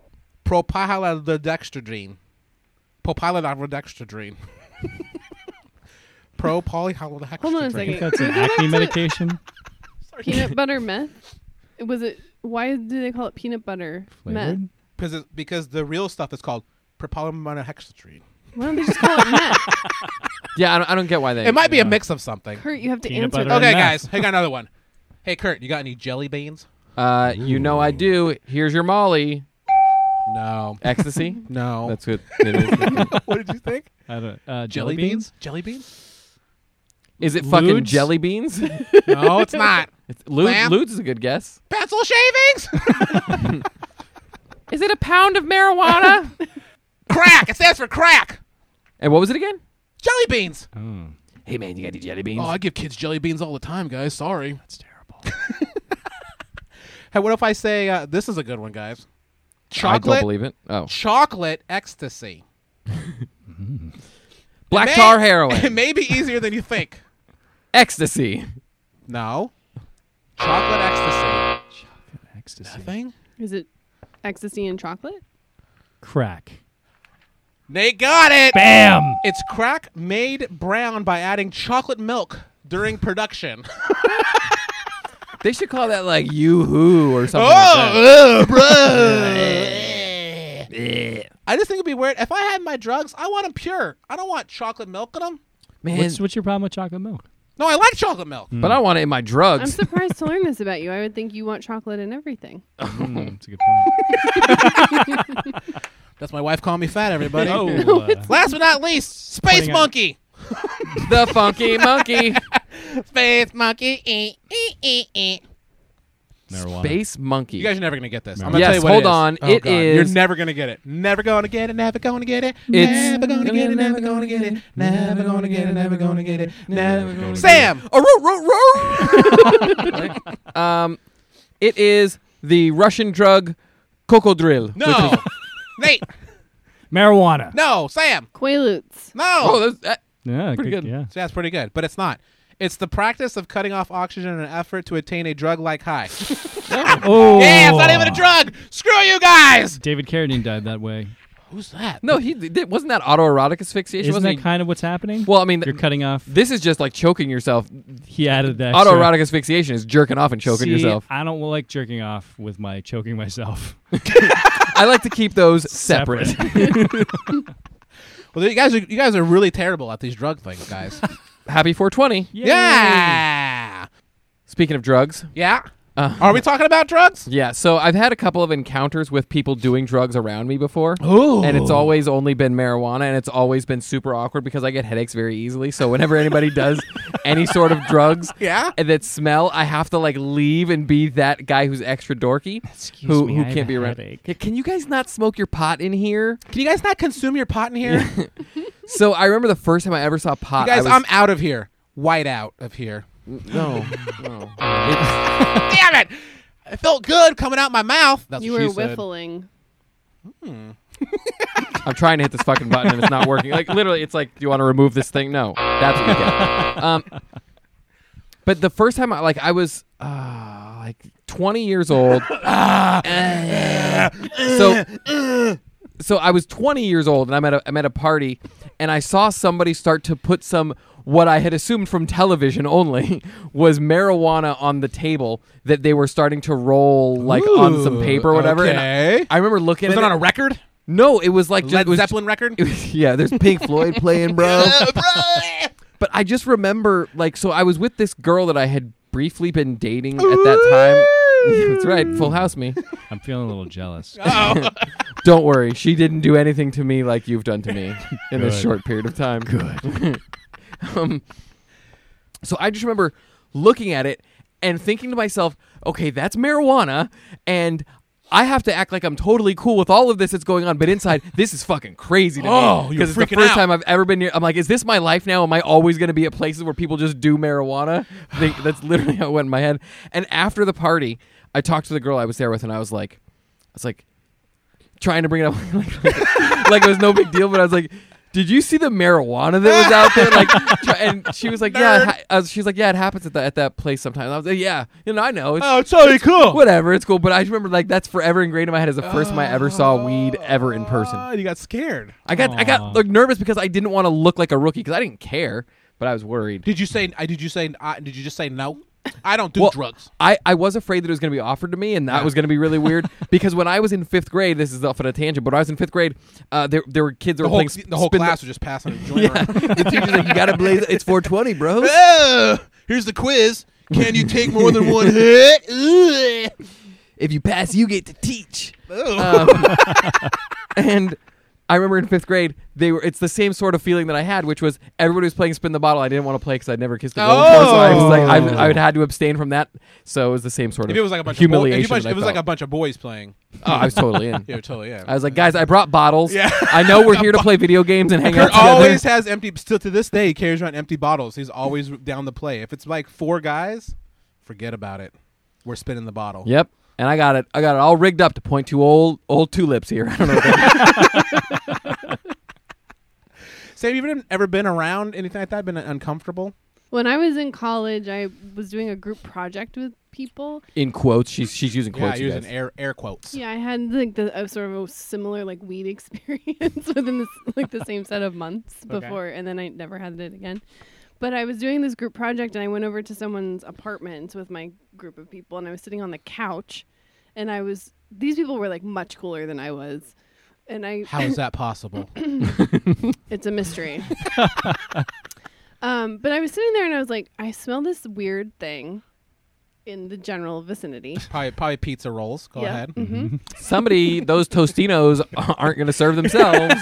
Propyhalodextrodrine. (laughs) Propyhalodextrodrine. Propyhalodextrodrine.
Hold on a
I think
second.
that's an
(laughs)
acne medication.
Peanut butter meth. Was it? Why do they call it peanut butter meth?
Flavored?
Because it- because the real stuff is called propylaminohexatrine.
Why don't they just
(laughs)
call it meth?
Yeah, I don't, I don't get why they.
It might be a mix of something.
Kurt, you have to
Peanut
answer.
butter.
that.
Okay,
meth.
(laughs) guys, I got another one. Hey, Kurt, you got any jelly beans?
Uh, you know I do. Here's your Molly.
No,
Ecstasy.
no.
That's good. It is.
what did you think?
I don't, uh, jelly, beans?
(laughs) Jelly beans?
Is it fucking
Ludes?
jelly beans?
(laughs) No, it's not.
It's, Lude,
Lamb?
Ludes is a good guess.
(laughs) Pencil shavings?
Is it a pound of marijuana?
crack. It stands for crack.
and what was it again?
Jelly beans.
Oh,
Hey man, you got any jelly beans?
Oh, I give kids jelly beans all the time, guys. Sorry.
(laughs)
that's terrible.
(laughs) Hey, what if I say uh, this is a good one, guys?
I don't
Chocolate,
believe it. Oh,
chocolate ecstasy.
black
May-
tar
(laughs) It
heroin,
may be easier than you think.
(laughs) ecstasy.
No. Chocolate ecstasy.
Ecstasy.
Nothing.
Is it ecstasy and chocolate?
Crack.
Nate got it.
Bam.
It's crack made brown by adding chocolate milk during production.
They should call that like yoo-hoo or something. like that.
uh,
Oh, bro. I just think it'd be weird if I had my drugs. I want them pure. I don't want chocolate milk in them.
man.
What's, what's your problem with chocolate milk?
No, I like chocolate milk.
but I want it in my
I'm
drugs.
surprised to learn this about you. I would think you want chocolate in everything.
Hmm.
Mm, that's a good point.
That's my wife calling me fat. Everybody.
(laughs)
Oh,
(laughs)
uh,
Last but not least, space
Putting on-
monkey.
the funky monkey.
Space monkey. Eh, eh, eh, eh.
marijuana.
Space monkey.
You guys are never gonna get this. I'm
yes,
gonna tell you what
hold
it is.
on.
Oh,
It
God. You're
is-
never gonna get it. Never gonna get it. Never gonna get it.
It's-
never gonna get it. Never gonna get it. Never gonna get it. Never gonna get it. Never gonna get it. Sam.
A roo- roo- (laughs) roo. um, it is the Russian drug cocodril.
No. (laughs) Nate.
Marijuana.
No. Sam.
Quaaludes.
Oh,
No.
that's, that,
Yeah,
Pretty good. (laughs)
Yeah.
So that's pretty good, (laughs) but it's not. It's the practice of cutting off oxygen in an effort to attain a drug-like high.
Oh,
yeah, it's not even a drug. Screw you guys.
David Carradine died that way.
Who's that?
no, he did, wasn't that autoerotic asphyxiation.
Isn't
wasn't
that kind of what's happening?
he? Well, I mean,
You're cutting off.
this is just like choking yourself.
He added that. extra-
Autoerotic asphyxiation is jerking off and choking
See,
yourself.
I don't like jerking off with my choking myself. (laughs)
I like to keep those separate.
Well, you guys are you guys are really terrible at these drug things,
(laughs)
guys.
(laughs) Happy 420.
yeah.
Speaking of drugs,
Yeah.
Uh.
are we talking about drugs?
yeah. So I've had a couple of encounters with people doing drugs around me before.
Ooh.
and it's always only been marijuana and it's always been super awkward because i get headaches very easily so whenever anybody
(laughs)
does any sort of drugs
Yeah.
and that smell i have to like leave and be that guy who's extra dorky
Excuse
who,
me,
who
I have
can't
a
be around
headache.
Yeah, can you guys not smoke your pot in here
Can you guys not consume your pot in here? you
so i remember the first time i ever saw pot
guys,
I was,
I'm out of here. White out of here.
no no
Damn it! It felt good coming out my mouth. That's
You
what
were
she said.
whiffling.
i'm trying to hit this fucking button and it's not working like literally it's like do you want to remove this thing no that's what you get um, but the first time i like i was uh, like 20 years old so so I was 20 years old and I'm at a, I'm at a party and I saw somebody start to put some what I had assumed from television only (laughs) was marijuana on the table that they were starting to roll like on some
Ooh,
paper or whatever. and
okay.
I, I remember looking
Was
at
it on a record?
No, it was like just,
Led
it was,
Zeppelin record?
it was- (laughs) yeah, there's Pink Floyd playing, bro. but I just remember like so I was with this girl that I had briefly been dating at that time. (laughs) That's right, full house me.
I'm feeling a little jealous.
Don't worry, she didn't do anything to me like you've done to me in this short period of time. Good. (laughs) um, so I just remember looking at it and thinking to myself, okay, that's marijuana, and I have to act like I'm totally cool with all of this that's going on,
(laughs)
but inside, this is fucking crazy to
Oh,
me.
you're
it's the
freaking
first
out.
time I've ever been near. I'm like, is this my life now? Am I always going to be at places where people just do marijuana? I think that's literally (laughs) how it went in my head. And after the party, I talked to the girl I was there with, and I was like, I was like, trying to bring it up (laughs) like, like, like it was no big deal, but I was like, did you see the marijuana that was out there? Like, try- and she was like, yeah, it ha- I was, she was like, yeah, it happens at that at that place sometimes. I was like, yeah, you know, I know, it's
Oh, it's totally cool.
whatever, it's cool. But I just remember like that's forever ingrained in my head as the first time I ever saw weed ever in person.
Oh, you got scared.
I got I got like nervous because I didn't want to look like a rookie because I didn't care, but I was worried.
Did you say? I did you say? I did you just say no? I don't do
Well,
drugs.
I, I was afraid that it was going to be offered to me, and that was going to be
(laughs)
really weird. because when I was in fifth grade, this is off on a tangent, but when I was in fifth grade, uh, there, there were kids
The
that were
whole,
playing
the whole
spin
class was just passing
(laughs)
a joint. around.
the teacher's like, you gotta blaze. It's
(laughs)
420, bro.
Ugh, here's the quiz. Can you take more than one hit? Ugh.
If you pass, you get to teach.
Ugh. (laughs)
Um, and I remember in fifth grade, they were. It's the same sort of feeling that I had, which was everybody was playing spin the bottle. I didn't want to play because I'd never kissed a girl
Oh!
before, so I was like, I, I would had to abstain from that. So it was the same
if
sort of
it was like a bunch
humiliation.
of boys, if
that
it
I
was like a
felt.
bunch of boys playing,
Oh, I was totally in.
(laughs)
(laughs)
yeah, totally. Yeah,
I was like, guys, I brought bottles.
Yeah.
(laughs) I know we're here to play video games and hang out
Kurt
together.
always has empty. Still to this day, he carries around empty bottles. He's always down to play. If it's like four guys, forget about it. We're spinning the bottle.
Yep. And I got it. I got it all rigged up to point to old old tulips here. (laughs) I don't know. What that-
Sam, you've been- ever been around anything like that? Been uncomfortable?
When I was in college, I was doing a group project with people.
in quotes, she's she's using
yeah,
quotes. you
using
guys.
air air quotes.
Yeah, I had like the a sort of a similar like weed (laughs) experience within this, like the same set of months before, and then I never had it again. But I was doing this group project, and I went over to someone's apartment with my group of people, and I was sitting on the couch, and I was these people were like much cooler than I was, and I
How is that
(coughs)
possible?
It's a mystery. (laughs) um, but I was sitting there and I was like, I smell this weird thing in the general vicinity.
probably probably pizza rolls. Go
Yeah. Mm-hmm.
ahead. Mm-hmm.
(laughs) Somebody, those Tostinos aren't going to serve themselves.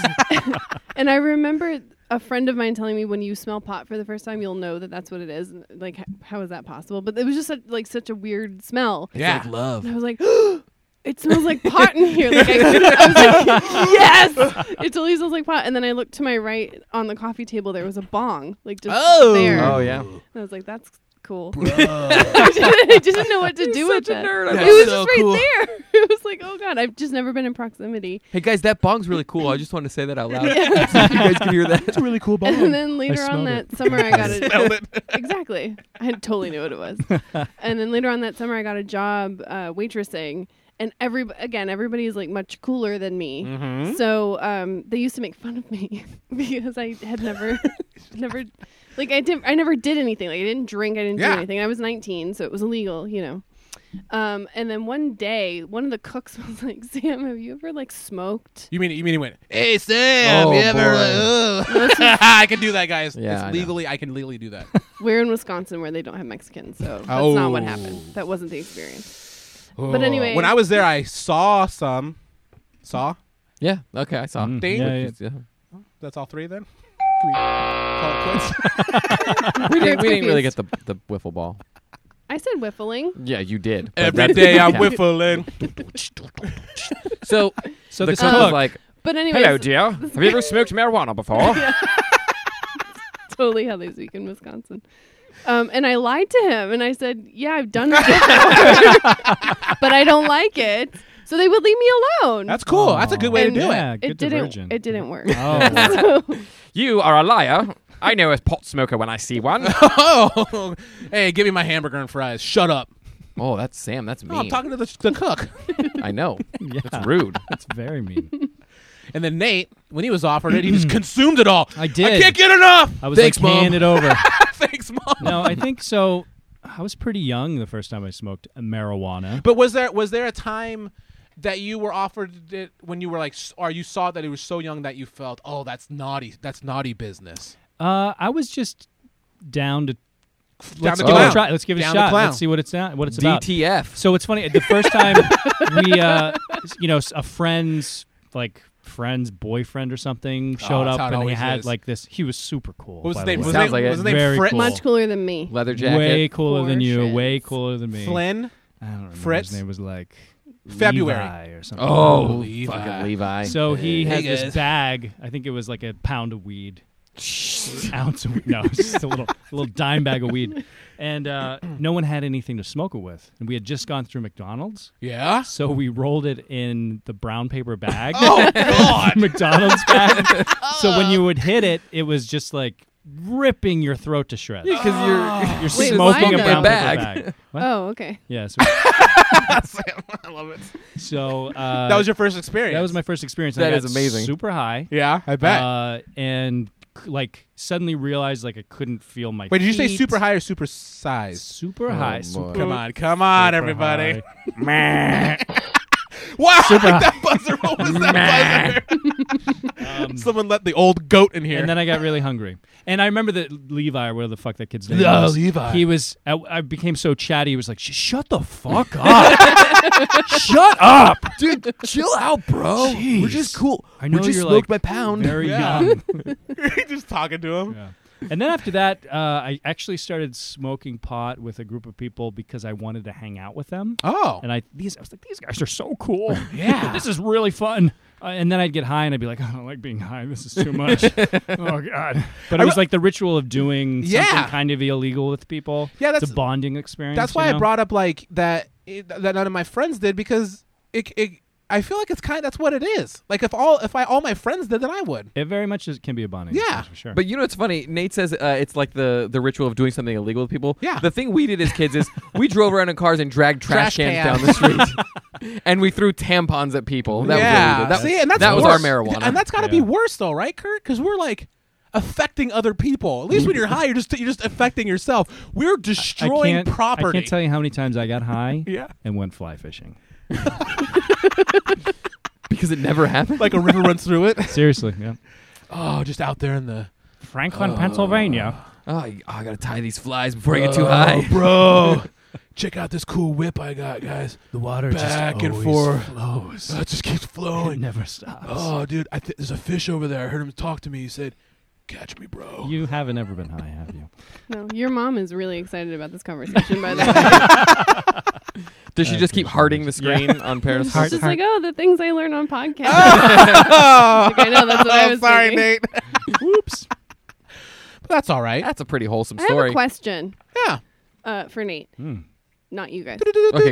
And I remember a friend of mine telling me when you smell pot for the first time, you'll know that that's what it is. And, Like, h- how is that possible? But it was just such, like such a weird smell.
yeah.
And I was like, (gasps) it smells like pot in here. Like I, I was like, yes, it totally smells like pot. And then I looked to my right on the coffee table. There was a bong, like just
Oh.
there.
Oh yeah.
And I was like, that's cool. (laughs) I just didn't know what to do with it. It was just right there. (laughs) It was like, oh god, I've just never been in proximity.
Hey guys, that bong's really cool. I just wanted to say that out loud. so you guys can hear that.
It's a really cool bong.
And then later on
smelled
that
(laughs)
summer, I got a (laughs) exactly. I totally knew what it was. and then later on that summer, I got a job uh, waitressing, and every again, everybody is like much cooler than me.
Mm-hmm.
So um, they used to make fun of me (laughs) because I had never, (laughs) never, like I didn't, I never did anything. Like I didn't drink, I didn't
Yeah.
do anything. I was 19, so it was illegal, you know. Um, and then one day, one of the cooks (laughs) was like, "Sam, have you ever like smoked?"
You mean you mean he went? Hey Sam,
Oh,
you ever?
boy.
Like, ugh." (laughs) I can do that, guys.
Yeah, I know.
it's legally, I can legally do that.
We're in Wisconsin where they don't have Mexicans, so that's not what happened. That wasn't the experience. But anyway,
Oh.
(laughs)
when I was there, I saw some. Saw.
(laughs) Yeah. Okay, I saw.
Mm,
Ding.
yeah, yeah.
Just, yeah.
That's all three then. Can we call it quits?
We didn't, we
Very
didn't really get
confused.
the the wiffle ball.
I said whiffling.
(laughs)
Yeah, you did. but
Every
that
day
didn't
I'm
count.
whiffling.
So
So
the
this
cook was
cook,
like,
But anyway,
"Hello, dear. Have you ever smoked marijuana before?"
(laughs) totally how they speak in Wisconsin. Um, and I lied to him, and I said, "Yeah, I've done it, before, (laughs) but I don't like it." So they would leave me alone.
That's cool. That's a good way
And
to do it.
yeah,
it
good
didn't.
diversion.
It didn't work.
Oh,
So,
You are a liar. I know a pot smoker when I see one.
(laughs) Oh, hey, give me my hamburger and fries. Shut up.
oh, that's Sam. That's
No, I'm
mean.
talking to the, the cook.
I know.
yeah,
That's rude.
(laughs) that's very mean.
And then Nate, when he was offered it, he just consumed it all.
I did.
I can't get enough.
I was
Thanks,
like,
mom.
hand it over.
(laughs) Thanks, mom.
no, I think so. I was pretty young the first time I smoked marijuana.
But was there was there a time that you were offered it when you were like, s- or you saw that it was so young that you felt, oh, that's naughty. That's naughty business.
Uh, I I was just down to let's
to
give it
clown.
a try. Let's give it
Down
a
to
shot.
clown.
Let's see what it's down, what it's about.
DTF.
So it's funny. The first time we, uh, you know, a friend's like friend's boyfriend or something showed
Oh, that's
up
how it
and he
always
had
is.
like this. He was super cool.
What was
by
his
the
name?
way.
Was
Sounds
his
like
name,
it.
was his name
Very
Fritz?
cool.
much cooler than me.
Leather jacket.
Way cooler than you.
Porsches.
Way cooler than me.
Flynn?
I don't remember.
Fritz?
His name was like
February.
Levi or something.
Oh,
Levi.
fucking Levi.
So he had
Hey,
this
guys.
bag. I think it was like a pound of weed, ounce of weed. No, it's just a little little dime bag of weed, and uh, no one had anything to smoke it with. And we had just gone through McDonald's,
Yeah.
so we rolled it in the brown paper bag,
Oh God.
(laughs) McDonald's bag. so when you would hit it, it was just like ripping your throat to shreds.
because you're
You're
Wait, why
smoking a
not?
brown
Bag.
paper bag.
Oh, okay.
Yes.
I love it.
so uh,
that was your first experience.
that was my first experience. and I
That
got
is amazing.
Super high.
Yeah, I bet.
Uh, and c- like suddenly realized like I couldn't feel my.
Wait, did you say
feet.
super high or super size?
Super
Oh,
high.
boy.
Super
Come on, come on, everybody. (laughs)
high.
Wow, that buzzer. What was (laughs) that buzzer? (laughs) Someone let the old goat in here.
Um, And then I got really hungry. And I remember that Levi, or where the fuck that kid's name
Oh,
was.
Levi.
He was. I, I became so chatty. He was like, "Sh- "Shut the
(laughs)
fuck up! Shut up!
(laughs) dude, chill out, bro. We're
Jeez.
just Oh, cool.
I know
we just
you're,
smoked
like,
my pound.
Very
Yeah.
young."
(laughs) (laughs) just talking to him.
And then after that, uh, I actually started smoking pot with a group of people because I wanted to hang out with them.
Oh,
And I these I was like, these guys are so (laughs) cool.
Yeah.
this is really fun. Uh, and then I'd get high and I'd be like, (laughs) I don't like being high. This is too (laughs) much. oh god. But it was like the ritual of doing
Yeah.
something kind of illegal with people.
Yeah,
it's
that's-
a bonding experience.
that's
you
why I
know?
brought up like that it, that none of my friends did because it, it. I feel like it's kind. That's what it is. Like if all if I all my friends did, then I would.
It very much is, can be a bonding.
Yeah.
experience, for sure.
But you know what's funny? Nate says uh, it's like the, the ritual of doing something illegal with people.
Yeah.
The thing we did as kids is we drove around in cars and dragged trash,
Trash
cans down the street, and we threw tampons at people. That
yeah.
was what we did. That,
See, and that's
that was
worse.
our marijuana.
and that's got to be
Yeah.
worse though, right, Kurt? Because we're like affecting other people. At least when you're high, you're just you're just affecting yourself. We're
I
destroying
can't,
property.
I can't tell you how many times I got (laughs) high
Yeah.
and went fly fishing.
because it never happened.
like a river runs through it.
Seriously, yeah.
Oh, just out there in the
(laughs) Franklin, Pennsylvania.
oh, I, oh, I gotta tie these flies before I get too high.
Oh,
(laughs)
bro. Check out this cool whip I got, guys.
The water
Back and forth.
flows.
Oh, it just keeps
It
flowing.
never stops.
Oh, dude, I th- there's a fish over there. I heard him talk to me. He said, Catch me, bro.
You haven't ever been high, have you?
No, your mom is really excited about this conversation. By
(laughs)
the way,
Does she
I
just keep
appreciate
harding the
(laughs)
screen on Paris?
she's just like, "Oh, the things I learn on podcasts." Like, I know that's what I was
Oh, Sorry,
thinking.
Nate. (laughs)
Oops.
But that's all right.
That's a pretty wholesome
I have a
story.
question
Yeah.
uh, for Nate,
Hmm.
not you guys.
Okay,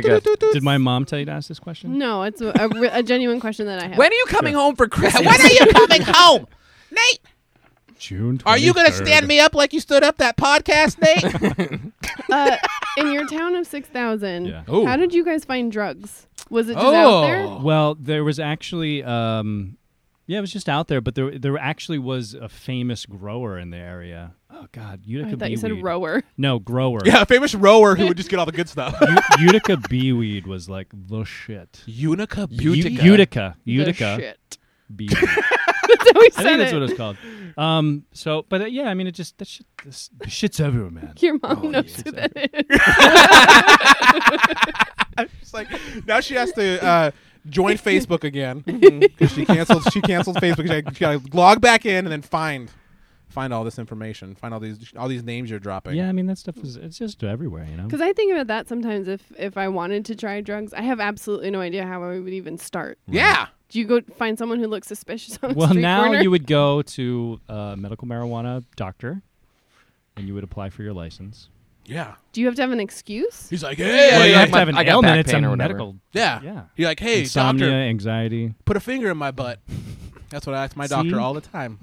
(laughs)
good.
Did my mom tell you to ask this question?
No, it's a, a, re- a genuine question that I have.
When are you coming home for Christmas?
When are you coming home? Nate,
June. 23rd.
are you going to stand me up like you stood up that podcast, Nate?
uh, in your town of six thousand,
Yeah. Oh.
Ooh.
how did you guys find drugs? Was it just out there?
Well, there was actually, um, yeah, it was just out there, but there there actually was a famous grower in the area. Oh God, Utica
I
beeweed.
thought you said rower.
No, grower.
(laughs) yeah, a famous rower who would just get all the good stuff. (laughs)
U- Utica beeweed was like the shit.
Unica
U-
Beauty.
Utica.
The
(laughs) Utica.
shit. (laughs)
Beeweed.
That's how we
I
said
think that's
it.
what it's called. Um. So, but uh, yeah, I mean, it just that shit. This, shit's everywhere, man.
Your mom knows who that is.
It's like now she has to uh, (laughs) join Facebook again 'Cause she canceled. She canceled Facebook. She got to log back in and then find find all this information. Find all these all these names you're dropping.
Yeah, I mean that stuff is it's just everywhere, you know.
Because I think about that sometimes. If if I wanted to try drugs, I have absolutely no idea how I would even start.
yeah.
Do you go find someone who looks suspicious on a
Well,
street
now
corner?
you would go to a medical marijuana doctor, and you would apply for your license.
Yeah.
Do you have to have an excuse?
He's like, hey,
well, you
yeah,
have to
my-
have an
I got
ailment.
back
It's
pain
a
or whatever.
medical
yeah,
Yeah.
You're like, Uh, hey,
insomnia,
doctor,
anxiety.
put a finger in my butt. That's what I ask my doctor
See?
all the time.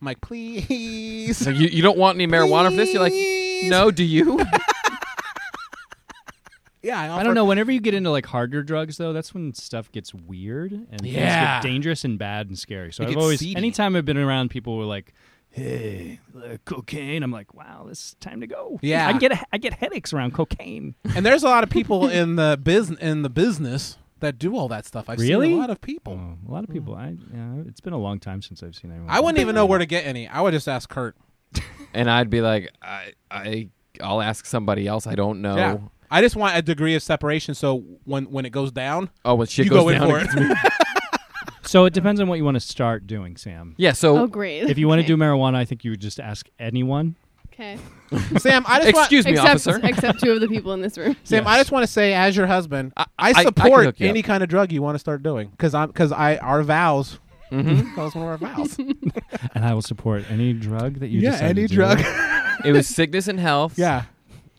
I'm like, please.
So you, you don't want any marijuana for this? You're like,
Please.
no, do you?
(laughs)
Yeah, I, offer,
I don't know. Whenever you get into like harder drugs, though, that's when stuff gets weird and things
Yeah.
get dangerous and bad and scary. So
It
I've
gets
always,
seedy.
anytime I've been around people, who are like, "Hey, uh, cocaine," I'm like, "Wow, this is time to go."
Yeah.
I get a, I get headaches around cocaine.
And there's a lot of
(laughs)
people in the biz in the business that do all that stuff. I've
Really?
seen a lot of people.
Oh, a lot of people. I yeah, it's been a long time since I've seen anyone.
I wouldn't even know where to get any. I would just ask Kurt.
and I'd be like, I, I, I'll ask somebody else. I don't know.
Yeah. I just want a degree of separation so when when it goes down,
Oh, when shit
you
goes
go in
down.
for
it-
it.
So it depends on what you want to start doing, Sam.
Yeah. So
Oh, great.
If you want to do marijuana, I think you would just ask anyone.
okay,
(laughs) Sam, I just
(laughs)
want
excuse me,
except
officer.
(laughs) except two of the people in this
(laughs)
room.
Sam, I just want to say as your husband, I,
I- I can
support
hook you up.
any kind of drug you want to start doing cuz I'm cuz I our vows
Mm-hmm.
that was one of our vows.
And I will support any drug that you
yeah,
decide to
any
do.
drug.
it was sickness and health.
(laughs) yeah.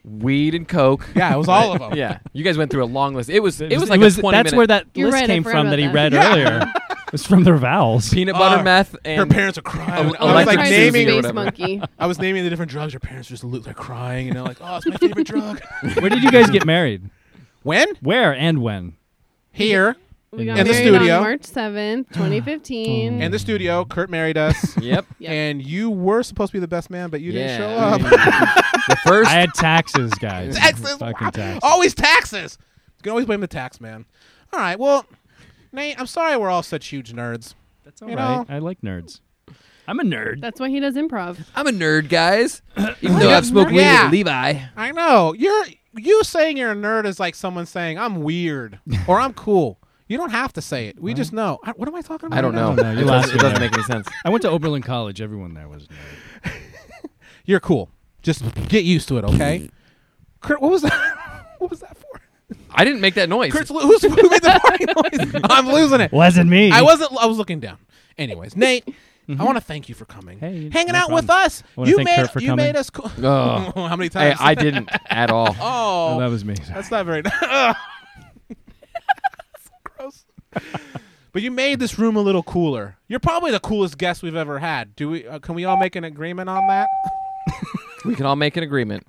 Weed and coke.
Yeah, it was all
(laughs)
of them.
Yeah. You guys went through a long list. It was. It was like a twenty
that's
minute
where that
You're
list
right, I
came
forgot
from
about
that he
that.
read earlier. (laughs) it was from their vows.
peanut butter
Uh,
meth
Her
and
parents are crying.
Oh,
I was
Electric
like
Try
Susie
naming
or
Space
whatever.
(laughs)
Monkey.
I was naming the different drugs. Her parents just look, they're crying and they're like, "Oh, it's my favorite
(laughs)
drug."
Where did you guys get married?
When?
Where and when?
Here
Mm-hmm.
We got
In the
married
studio.
on March
(gasps) Oh.
seventh, twenty fifteen.
in the studio, Kurt married us.
(laughs) Yep.
Yep.
And you were supposed to be the best man, but (laughs) you didn't show
Yeah.
up. (laughs)
(laughs) the first.
I had taxes, guys.
taxes.
Fucking taxes.
Oh,
Always taxes. You can always blame the tax man. All right. Well, Nate, I'm sorry we're all such huge nerds.
That's all
you
right.
know.
I like nerds. I'm a nerd.
That's why he does improv.
I'm a nerd, guys. Even though I've smoked weed
Yeah.
with Levi.
I know you're you saying you're a nerd is like someone saying I'm
(laughs)
weird or I'm cool. You don't have to say it. We just know. I, what am I talking about?
I don't
right now?
know.
know. Oh, You
It
lost
doesn't-
me
it doesn't
there.
make any sense.
I went to Oberlin College. Everyone there was a nerd.
You're cool. Just get used to it,
(laughs)
okay? Kurt, what was that? (laughs) what was that for?
I didn't make that noise.
Kurt's lo- who's, who made
(laughs)
the party noise? I'm losing it.
Wasn't me.
I wasn't. I was looking down. Anyways, Nate, I want to thank you for coming,
Mm-hmm. Hey,
hanging
no
out with
problem.
us.
I wanna
You
thank
made
Kurt for
you
coming.
made us (laughs) cool.
Oh.
How many
Hey,
times?
I didn't at all.
(laughs) oh,
Oh, that was me.
that's not very.
(laughs)
That's gross. But you made this room a little cooler. You're probably the coolest guest we've ever had. Do we? Uh, can we all make an agreement on that?
We can all make an agreement.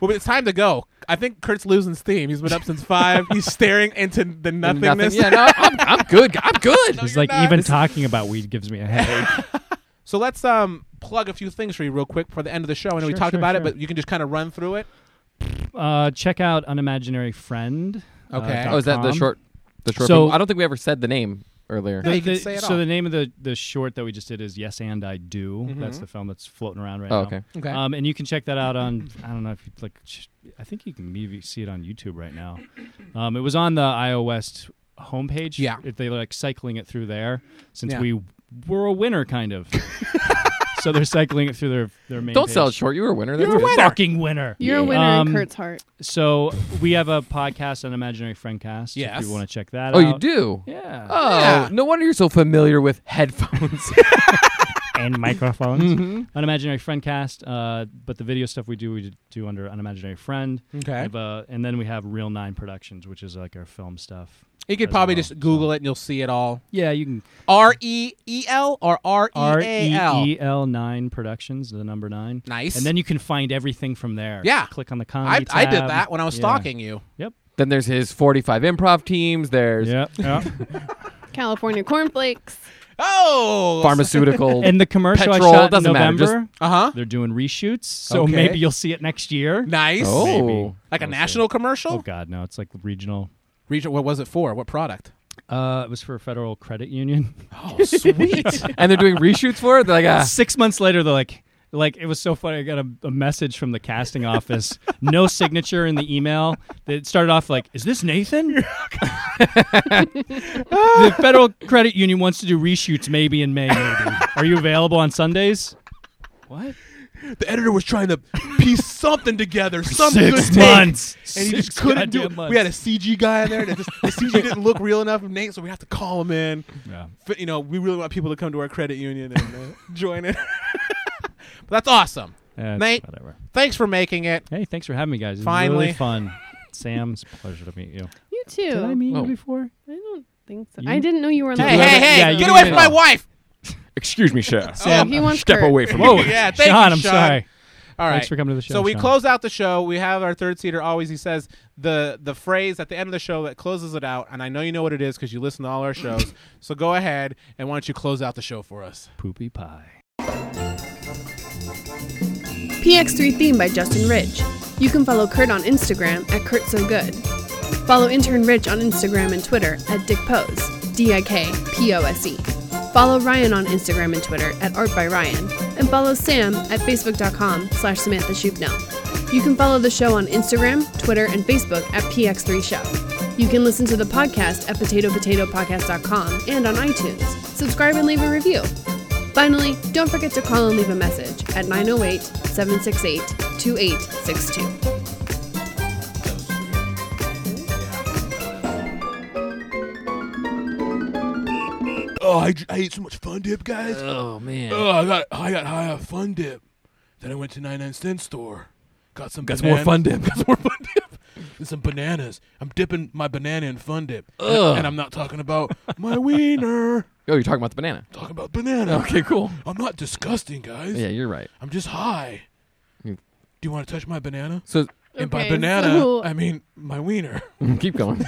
Well, it's time to go. I think Kurt's losing steam. He's been up since five. He's staring into the
And
nothingness.
Yeah, no, I'm, I'm good. I'm good.
It's
you're
like
not.
even
This-
talking about weed gives me
(laughs)
a headache.
So let's um plug a few things for you real quick for the end of the show. I know we
Sure,
talked
sure,
about it,
sure.
but you can just kind of run through it.
uh, check out Unimaginary Friend. uh,
Okay.
dot
Oh, is that the
com.
short? The short.
So-
form? I don't think we ever said the name earlier.
Yeah,
The-
you can
the-
say it
so
all.
the name of the the short that we just did is Yes and I Do. That's the film that's floating around right
Mm-hmm. Oh,
now.
okay.
Okay.
Um, and you can check that out on I don't know if you like. sh- I think you can maybe see it on YouTube
(coughs)
right now. Um, it was on the iOS homepage.
Yeah.
If they like cycling it through there since
Yeah.
(laughs)
we were a winner kind of. so they're cycling it through their their main.
Don't sell it
page.
short. You were a winner. That's
You're a
good.
fucking winner.
You're a winner
Um,
in Kurt's heart.
So we have a podcast on Imaginary Friendcast.
Yes.
If you want to check that
Oh,
out.
you do.
Yeah.
(laughs) Oh,
Yeah.
no wonder you're so familiar with
(laughs)
headphones.
and microphones.
Mm-hmm.
Unimaginary Friendcast. Uh, but the video stuff we do, we do under Unimaginary Friend. We
Okay.
have, uh, and then we have Real Nine Productions, which is like our film stuff.
You could
As
probably
well,
just Google it and you'll see it all.
Yeah, you can
R E E L or R E
R
A
E
L.
E L nine Productions, the number nine.
Nice.
And then you can find everything from there.
Yeah.
Click on the comedy.
I, I did
tab.
that when I was
Yeah.
stalking you.
then there's his 45 improv teams. There's
(laughs) Yep. yep.
California cornflakes.
Oh,
pharmaceutical.
(laughs) and the commercial
Petrol,
I shot in
doesn't matter,
November.
just-
Uh huh.
they're doing reshoots, so
Okay.
maybe you'll see it next year.
Nice.
oh,
Maybe.
Like a
We'll see.
national commercial?
Oh God, no! It's like regional.
Region, what was it for? What product?
Uh, it was for a federal credit union.
Oh, sweet.
and they're doing reshoots for it. They're like,
(laughs)
ah,
Six months later, they're like, like it was so funny. I got a, a message from the casting office,
(laughs)
no signature in the email. That started off like, "Is this Nathan?" (laughs) the federal credit union wants to do reshoots, maybe in
(laughs)
May. Maybe are you available on Sundays? What?
the editor was trying to piece something together, some good
Six
take,
months,
and he
Six
just couldn't do
goddamn
it.
months.
We had a CG guy in there, that just, the CG didn't look real enough of Nate, so we have to call him in.
Yeah.
F- You know, we really want people to come to our credit union and uh, join it. (laughs) but that's awesome.
Yeah, it's
Nate.
Whatever.
Thanks for making it.
Hey, thanks for having me, guys. It was
Finally.
really fun. Sam, it's a pleasure to meet you.
You too.
Did I meet
Oh.
you before?
I don't think so.
You-
I didn't know you were on the
Hey,
show.
hey, hey!
Yeah, you
get away
did.
from my wife.
Excuse me, sir.
Oh, he wants
Step
Kurt.
away from
Whoa,
me.
Yeah, thank
Sean,
you,
I'm
Sean.
sorry.
All right.
Thanks for coming to the show.
so we
Sean.
close out the show. We have our third seater always. He says the the phrase at the end of the show that closes it out, and I know you know what it is because you listen to all our shows.
(coughs)
so go ahead and why don't you close out the show for us?
Poopy pie.
PX3 theme by Justin Ridge. You can follow Kurt on Instagram at Kurt So Good. Follow intern Rich on Instagram and Twitter at Dick Pose, D I K P O S E. Follow Ryan on Instagram and Twitter at Art by Ryan, and follow Sam at Facebook.com slash Samantha Shubnell. You can follow the show on Instagram, Twitter, and Facebook at PX3 Show. You can listen to the podcast at PotatoPotatoPodcast.com and on iTunes. Subscribe and leave a review. Finally, don't forget to call and leave a message at 908 768 2862.
Oh, I, I ate so much fun dip, guys.
oh man.
Oh, I got I got high on Fun Dip. Then I went to 99 cent store. Got some
Got some more
bananas.
fun dip.
(laughs) Got some more Fun Dip. And some bananas. I'm dipping my banana in Fun Dip.
Ugh.
And I'm not talking about my
Oh,
wiener.
you're talking about the banana.
talking about banana.
Okay, cool.
I'm not disgusting, guys.
Yeah, you're right. (laughs)
I'm just high.
You-
Do you want to touch my banana?
So
and by
Okay, (laughs)
banana,
so-
I mean my wiener.
keep going.